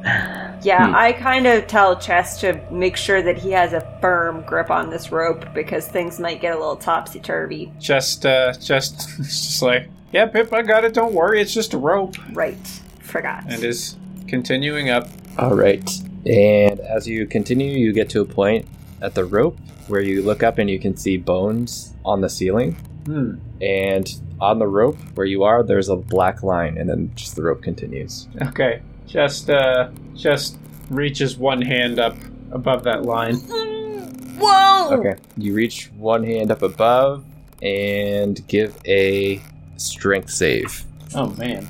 [SPEAKER 7] Yeah,
[SPEAKER 3] Hmm.
[SPEAKER 7] I kind of tell Chest to make sure that he has a firm grip on this rope because things might get a little topsy turvy.
[SPEAKER 6] Chest, uh, Chest is just [laughs] like, yeah, Pip, I got it. Don't worry. It's just a rope.
[SPEAKER 7] Right. Forgot.
[SPEAKER 6] And is continuing up.
[SPEAKER 3] All right. And as you continue, you get to a point at the rope where you look up and you can see bones on the ceiling.
[SPEAKER 6] Hmm.
[SPEAKER 3] And on the rope where you are, there's a black line, and then just the rope continues.
[SPEAKER 6] Okay. Chest, uh, Chest reaches one hand up above that line.
[SPEAKER 5] Oh.
[SPEAKER 7] Whoa!
[SPEAKER 3] Okay. You reach one hand up above and give a strength save.
[SPEAKER 6] Oh, man.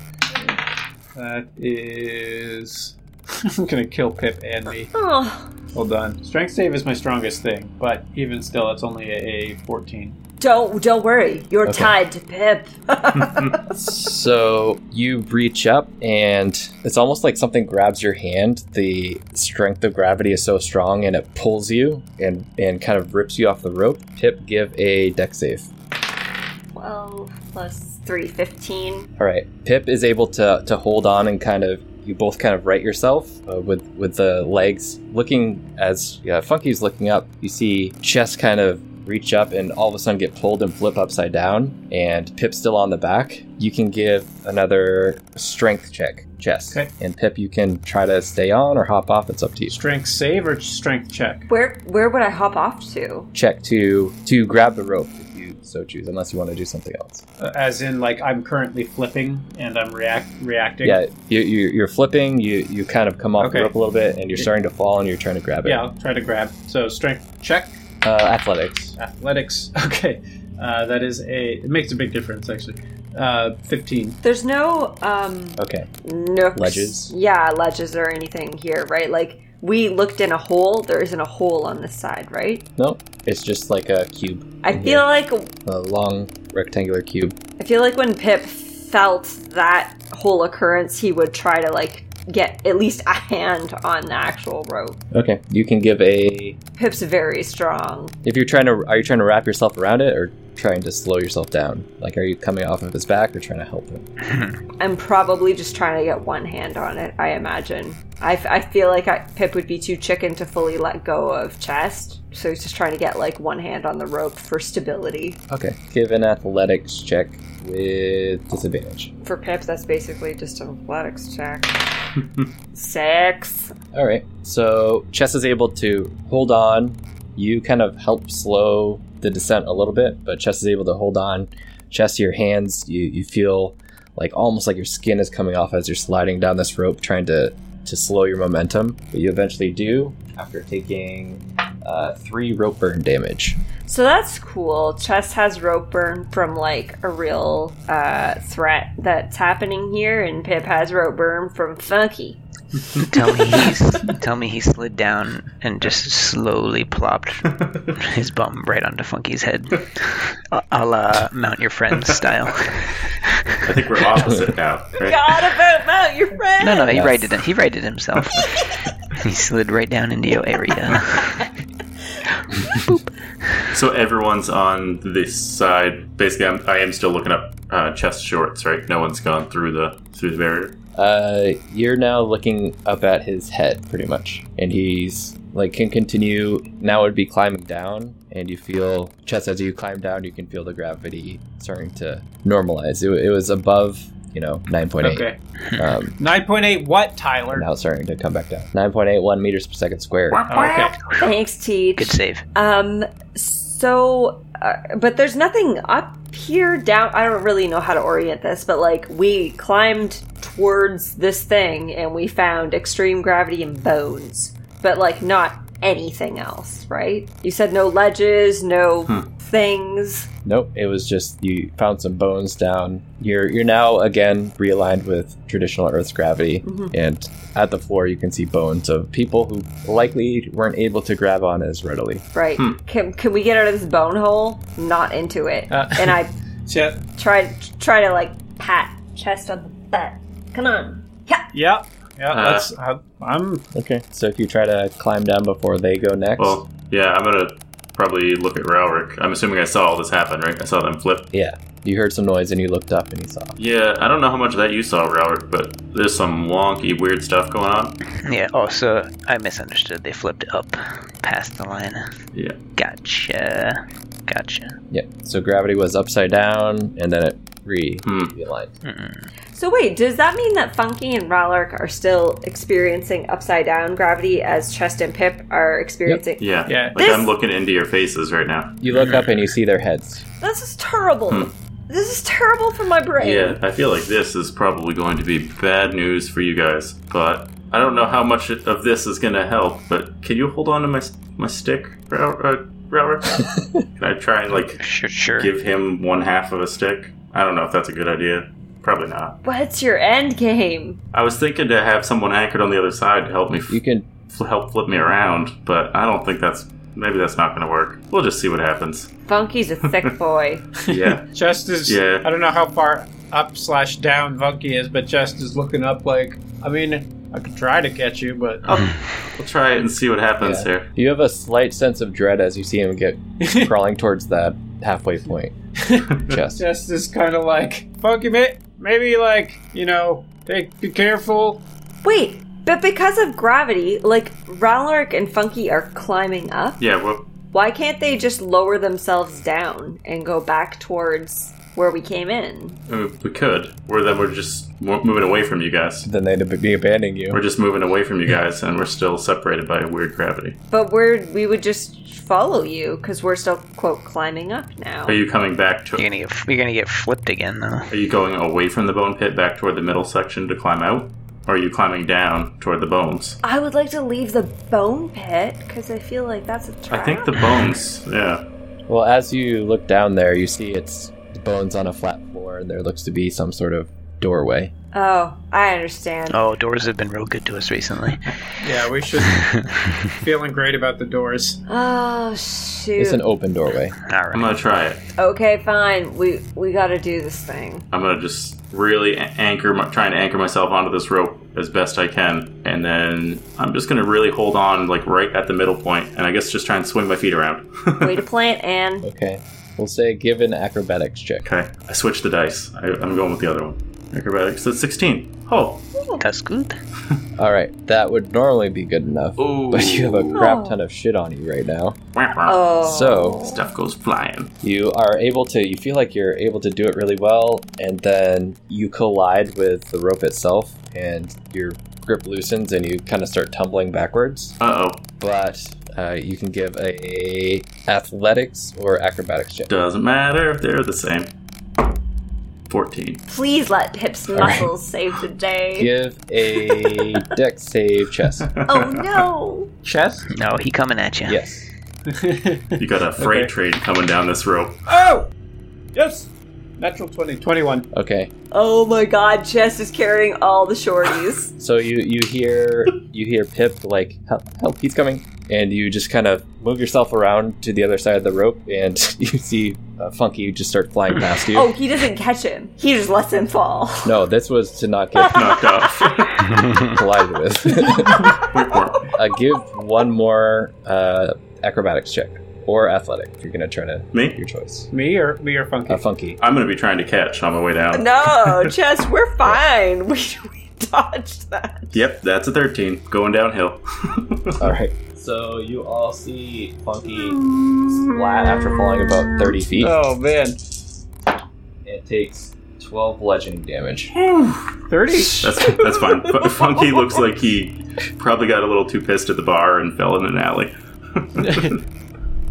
[SPEAKER 6] That is. [laughs] I'm gonna kill Pip and me.
[SPEAKER 7] Oh,
[SPEAKER 6] Hold on. Strength save is my strongest thing, but even still, it's only a 14.
[SPEAKER 7] don't don't worry. You're
[SPEAKER 3] Okay.
[SPEAKER 7] tied to Pip. [laughs]
[SPEAKER 3] So you reach up, and it's almost like something grabs your hand. The strength of gravity is so strong, and it pulls you and and kind of rips you off the rope. Pip, give a deck save.
[SPEAKER 7] Twelve plus three, fifteen.
[SPEAKER 3] All right, Pip is able to to hold on and kind of you both kind of right yourself uh, with with the legs. Looking as uh, Funky's looking up, you see chest kind of reach up and all of a sudden get pulled and flip upside down, and Pip still on the back. You can give another strength check, chest,
[SPEAKER 6] Okay.
[SPEAKER 3] and Pip, you can try to stay on or hop off. It's up to you.
[SPEAKER 6] Strength save or strength check?
[SPEAKER 7] Where where would I hop off to?
[SPEAKER 3] Check to to grab the rope if you so choose, unless you want to do something else.
[SPEAKER 6] Uh, As in, like, I'm currently flipping and I'm react reacting.
[SPEAKER 3] Yeah, you, you you're flipping. You you kind of come off
[SPEAKER 6] Okay.
[SPEAKER 3] the rope a little bit, and you're starting to fall, and you're trying to grab it.
[SPEAKER 6] Yeah, I'll try to grab. So, strength check,
[SPEAKER 3] Uh, athletics.
[SPEAKER 6] athletics. [laughs] Okay. Uh, that is a. It makes a big difference, actually. Uh, 15.
[SPEAKER 7] There's no um
[SPEAKER 3] Okay.
[SPEAKER 7] nooks.
[SPEAKER 3] Ledges?
[SPEAKER 7] Yeah, ledges or anything here, right? Like we looked in a hole. There isn't a hole on this side, right?
[SPEAKER 3] No, it's just like a cube,
[SPEAKER 7] I
[SPEAKER 3] Mhm.
[SPEAKER 7] feel like
[SPEAKER 3] a long rectangular cube.
[SPEAKER 7] I feel like when Pip felt that whole occurrence, he would try to like get at least a hand on the actual rope.
[SPEAKER 3] Okay. You can give a.
[SPEAKER 7] Pip's very strong.
[SPEAKER 3] If you're trying to, are you trying to wrap yourself around it or trying to slow yourself down? Like, are you coming off of his back or trying to help him?
[SPEAKER 7] I'm probably just trying to get one hand on it, I imagine. I, f- I feel like I, Pip would be too chicken to fully let go of chest, so he's just trying to get like one hand on the rope for stability.
[SPEAKER 3] Okay. Give an athletics check with disadvantage.
[SPEAKER 7] For Pip, that's basically just an athletics check. Six.
[SPEAKER 3] All right. So Chess is able to hold on. You kind of help slow the descent a little bit, but Chess is able to hold on. Chess, your hands, you, you feel like almost like your skin is coming off as you're sliding down this rope, trying to to slow your momentum. But you eventually do after taking uh, three rope burn damage.
[SPEAKER 7] So that's cool. Chest has rope burn from like a real uh, threat that's happening here, and Pip has rope burn from Funky.
[SPEAKER 9] Tell me he's tell me he slid down and just
[SPEAKER 4] [laughs]
[SPEAKER 9] slowly plopped his bum right onto Funky's head. I'll, I'll uh, mount your friend style.
[SPEAKER 4] I think we're
[SPEAKER 3] [laughs]
[SPEAKER 4] opposite now. Right?
[SPEAKER 7] God about mount your friend.
[SPEAKER 9] No, no, he
[SPEAKER 3] Yes.
[SPEAKER 9] righted it. He
[SPEAKER 4] [laughs]
[SPEAKER 9] righted himself. he slid right down into your area.
[SPEAKER 4] So everyone's on this side. Basically, I'm, I am still looking up uh, chest shorts. Right? No one's gone through the through the barrier.
[SPEAKER 3] Uh, you're now looking up at his head, pretty much, and he's like can continue. Now would be climbing down, and you feel chest as you climb down, you can feel the gravity starting to normalize. It, wa- it was above, you know, nine point eight.
[SPEAKER 6] Okay.
[SPEAKER 3] Um,
[SPEAKER 6] 9.8 what, Tyler?
[SPEAKER 3] now it's starting to come back down. Nine point eight one meters per second squared.
[SPEAKER 6] Okay.
[SPEAKER 7] Thanks, Teach.
[SPEAKER 9] Good save.
[SPEAKER 7] Um, so, uh, but there's nothing up here, down. I don't really know how to orient this, but like we climbed towards this thing and we found extreme gravity and bones, but like not anything else, right? You said no ledges, no things.
[SPEAKER 3] Nope, it was just you found some bones down. You're you're now again realigned with traditional Earth's gravity, and at the floor you can see bones of people who likely weren't able to grab on as readily.
[SPEAKER 7] Right. Can, can we get out of this bone hole? Not into it.
[SPEAKER 6] Uh.
[SPEAKER 7] and I
[SPEAKER 6] Che-
[SPEAKER 7] try try to like pat chest on the butt. Come on. Yeah.
[SPEAKER 6] yeah. Yeah,
[SPEAKER 4] Uh.
[SPEAKER 6] that's. I, I'm.
[SPEAKER 3] Okay, so if you try to climb down before they go next,
[SPEAKER 4] Well, yeah, I'm gonna probably look at Ralric. I'm assuming I saw all this happen, right? I saw them flip.
[SPEAKER 3] yeah, you heard some noise and you looked up and you saw.
[SPEAKER 4] Yeah, I don't know how much of that you saw, Ralric, but there's some wonky, weird stuff going on.
[SPEAKER 9] Yeah. Also, I misunderstood. They flipped up past the line.
[SPEAKER 4] Yeah.
[SPEAKER 9] Gotcha. Gotcha.
[SPEAKER 3] Yeah, so gravity was upside down, and then it re
[SPEAKER 4] Hmm.
[SPEAKER 3] realigned.
[SPEAKER 7] So wait, does that mean that Funky and Rallark are still experiencing upside down gravity as Chest and Pip are experiencing?
[SPEAKER 4] Yeah.
[SPEAKER 6] Yeah.
[SPEAKER 4] Like
[SPEAKER 7] This-
[SPEAKER 4] I'm looking into your faces right now.
[SPEAKER 3] You look up and you see their heads.
[SPEAKER 7] This is terrible. This is terrible for my brain.
[SPEAKER 4] Yeah, I feel like this is probably going to be bad news for you guys, but I don't know how much of this is going to help. But can you hold on to my my stick, Rau- uh, Rauer? can I try and like
[SPEAKER 9] Sure. Sure.
[SPEAKER 4] give him one half of a stick? I don't know if that's a good idea. Probably not.
[SPEAKER 7] What's your end game?
[SPEAKER 4] I was thinking to have someone anchored on the other side to help me f-
[SPEAKER 3] You can
[SPEAKER 4] f- help flip me around, but I don't think that's maybe that's not going to work. We'll just see what happens.
[SPEAKER 7] Funky's a thick boy.
[SPEAKER 4] [laughs] Yeah.
[SPEAKER 6] Chest is.
[SPEAKER 4] Yeah.
[SPEAKER 6] I don't know how far up slash down Vunky is, but Chest is looking up like. I mean, I could try to catch you, but.
[SPEAKER 4] Oh. We'll try it and see what happens
[SPEAKER 3] Yeah.
[SPEAKER 4] here.
[SPEAKER 3] you have a slight sense of dread as you see him get crawling towards that halfway point. Chest.
[SPEAKER 6] Chest is kind of like. Funky, may- maybe like, you know, take, be careful.
[SPEAKER 7] Wait, but because of gravity, like Rallark and Funky are climbing up.
[SPEAKER 4] Yeah, well,
[SPEAKER 7] Why can't they just lower themselves down and go back towards where we came in?
[SPEAKER 4] I mean, we could. Or then we're just mo- moving away from you guys.
[SPEAKER 3] Then they'd be abandoning you.
[SPEAKER 4] We're just moving away from you guys, and we're still separated by weird gravity.
[SPEAKER 7] But we're we would just follow you because we're still quote climbing up now.
[SPEAKER 4] Are you coming back to?
[SPEAKER 9] You're gonna get you're gonna get flipped again though.
[SPEAKER 4] Are you going away from the bone pit back toward the middle section to climb out, or are you climbing down toward the bones?
[SPEAKER 7] I would like to leave the bone pit because I feel like that's a trap.
[SPEAKER 4] I think the bones. Yeah.
[SPEAKER 3] Well, as you look down there, you see it's bones on a flat floor, and there looks to be some sort of doorway.
[SPEAKER 7] oh, I understand.
[SPEAKER 9] Oh, doors have been real good to us recently.
[SPEAKER 6] Yeah, we should. feeling great about the doors.
[SPEAKER 7] Oh shoot.
[SPEAKER 3] It's an open doorway.
[SPEAKER 9] All
[SPEAKER 4] I'm
[SPEAKER 9] right.
[SPEAKER 4] gonna try it.
[SPEAKER 7] okay, fine. We we got to do this thing.
[SPEAKER 4] [laughs] I'm gonna just really a- anchor, my, trying to anchor myself onto this rope as best I can, and then I'm just gonna really hold on, like right at the middle point, and I guess just try and swing my feet around.
[SPEAKER 7] Way to plant, Anne.
[SPEAKER 3] Okay. Let's say give an acrobatics check.
[SPEAKER 4] [laughs] Okay, I switched the dice. I, I'm going with the other one. Acrobatics. That's 16. Oh,
[SPEAKER 9] That's good.
[SPEAKER 3] All right, that would normally be good enough,
[SPEAKER 4] Ooh.
[SPEAKER 3] but you have a crap ton of shit on you right now.
[SPEAKER 4] Wah, wah.
[SPEAKER 7] Oh.
[SPEAKER 3] So
[SPEAKER 4] Stuff goes flying.
[SPEAKER 3] you are able to. You feel like you're able to do it really well, and then you collide with the rope itself, and your grip loosens, and you kind of start tumbling backwards.
[SPEAKER 4] Uh oh.
[SPEAKER 3] But uh, you can give a athletics or acrobatics check.
[SPEAKER 4] Doesn't matter. They're the same. 14.
[SPEAKER 7] Please let Pip's muscles save the day.
[SPEAKER 3] Give a deck save chest.
[SPEAKER 7] Oh no!
[SPEAKER 6] Chest?
[SPEAKER 9] No, Oh, he coming at you.
[SPEAKER 3] Yes.
[SPEAKER 4] You got
[SPEAKER 7] [laughs]
[SPEAKER 4] a freight train coming down this rope.
[SPEAKER 6] Oh! Yes! Natural 20. 21.
[SPEAKER 3] Okay.
[SPEAKER 7] Oh my god, Chess is carrying all
[SPEAKER 3] [laughs]
[SPEAKER 7] the shorties.
[SPEAKER 3] So you you hear you hear Pip like help help he's coming and you just kind of move yourself around to the other side of the rope and [laughs] you see uh, Funky just start flying past you.
[SPEAKER 7] Oh, he doesn't catch him. He just lets him fall. [laughs]
[SPEAKER 3] No, this was to not
[SPEAKER 4] [laughs]
[SPEAKER 3] get
[SPEAKER 4] Knocked off.
[SPEAKER 3] collided with. [laughs]
[SPEAKER 4] Wah, wah.
[SPEAKER 3] uh, give one more uh, acrobatics check or athletic if you're gonna try to
[SPEAKER 4] Me?
[SPEAKER 3] your choice.
[SPEAKER 6] Me or me or Funky?
[SPEAKER 3] Uh, funky.
[SPEAKER 4] I'm going to be trying to catch on my way down.
[SPEAKER 7] No, Chess, we're fine. [laughs] We, we dodged that.
[SPEAKER 4] Yep, that's a 13. Going downhill. [laughs]
[SPEAKER 3] All right. So you all see Funky splat after falling about 30 feet.
[SPEAKER 6] Oh man.
[SPEAKER 3] It takes 12 bludgeoning damage.
[SPEAKER 6] 30?
[SPEAKER 4] That's that's fine. F- Funky looks like he probably got a little too pissed at the bar and fell in an alley.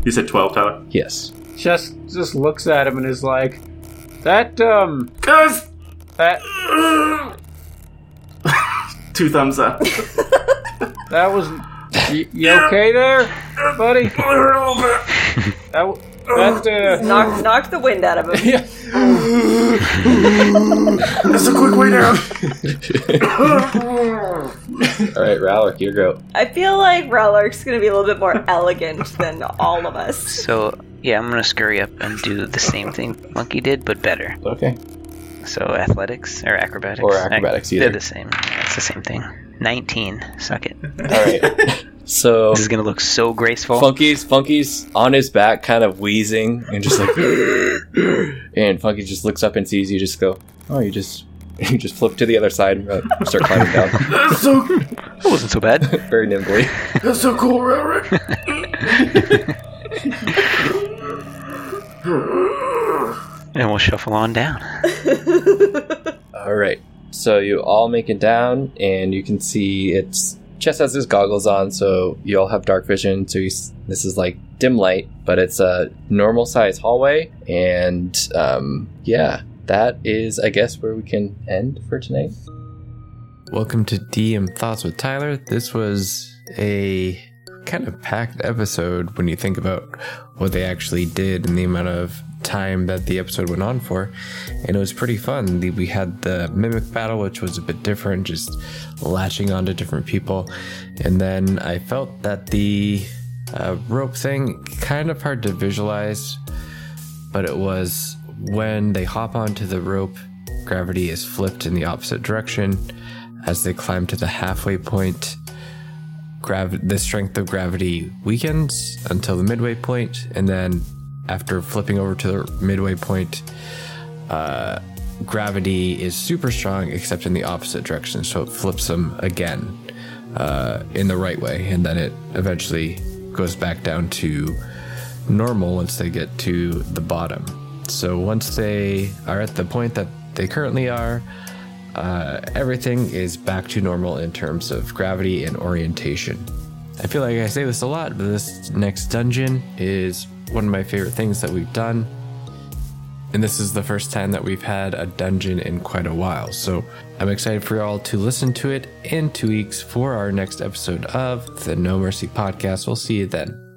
[SPEAKER 4] you said 12, Tyler?
[SPEAKER 3] Yes.
[SPEAKER 6] Chess just looks at him and is like, that, um,
[SPEAKER 4] Guys!
[SPEAKER 6] that,
[SPEAKER 4] uh, [laughs] Two thumbs up.
[SPEAKER 6] that was. You, you okay there, buddy? That, w- that, uh,
[SPEAKER 7] Knock, knock the wind out of him.
[SPEAKER 4] That's a quick way down.
[SPEAKER 3] All right, Rowler, you go.
[SPEAKER 7] I feel like Relark's gonna be a little bit more elegant than all of us.
[SPEAKER 9] So yeah, I'm gonna scurry up and do the same thing Monkey did, but better.
[SPEAKER 3] Okay.
[SPEAKER 9] So athletics or acrobatics?
[SPEAKER 3] Or acrobatics,
[SPEAKER 9] Ac-
[SPEAKER 3] either.
[SPEAKER 9] They're the same. It's the same thing. 19. Suck it.
[SPEAKER 3] All
[SPEAKER 9] [laughs]
[SPEAKER 3] right. So
[SPEAKER 9] This is gonna look so graceful.
[SPEAKER 3] Funky's Funky's on his back, kind of wheezing and just [laughs] like, and Funky just looks up and sees you. Just go, oh, you just [laughs] you just flip to the other side and uh, start climbing down [laughs]
[SPEAKER 4] That's so,
[SPEAKER 9] That wasn't so bad.
[SPEAKER 3] very nimbly.
[SPEAKER 4] that's so cool, Roderick.
[SPEAKER 9] And we'll shuffle on down.
[SPEAKER 3] All right. So you all make it down, and you can see it's Chess has his goggles on, so you all have dark vision. So he's, this is like dim light, but it's a normal size hallway, and um, yeah, that is, I guess, where we can end for tonight.
[SPEAKER 10] Welcome to DM Thoughts with Tyler. This was a kind of packed episode when you think about what they actually did and the amount of time that the episode went on for. And it was pretty fun. The- We had the mimic battle, which was a bit different, just latching onto different people. And then I felt that the uh, rope thing kind of hard to visualize but it was when they hop onto the rope, gravity is flipped in the opposite direction. As they climb to the halfway point, grav- the strength of gravity weakens until the midway point, and then after flipping over to the midway point, uh, gravity is super strong except in the opposite direction, so it flips them again uh, in the right way, and then it eventually goes back down to normal once they get to the bottom. So once they are at the point that they currently are, uh, everything is back to normal in terms of gravity and orientation. I feel like I say this a lot, but this next dungeon is one of my favorite things that we've done. And this is the first time that we've had a dungeon in quite a while. So I'm excited for y'all to listen to it in two weeks for our next episode of the No Mercy podcast. We'll see you then.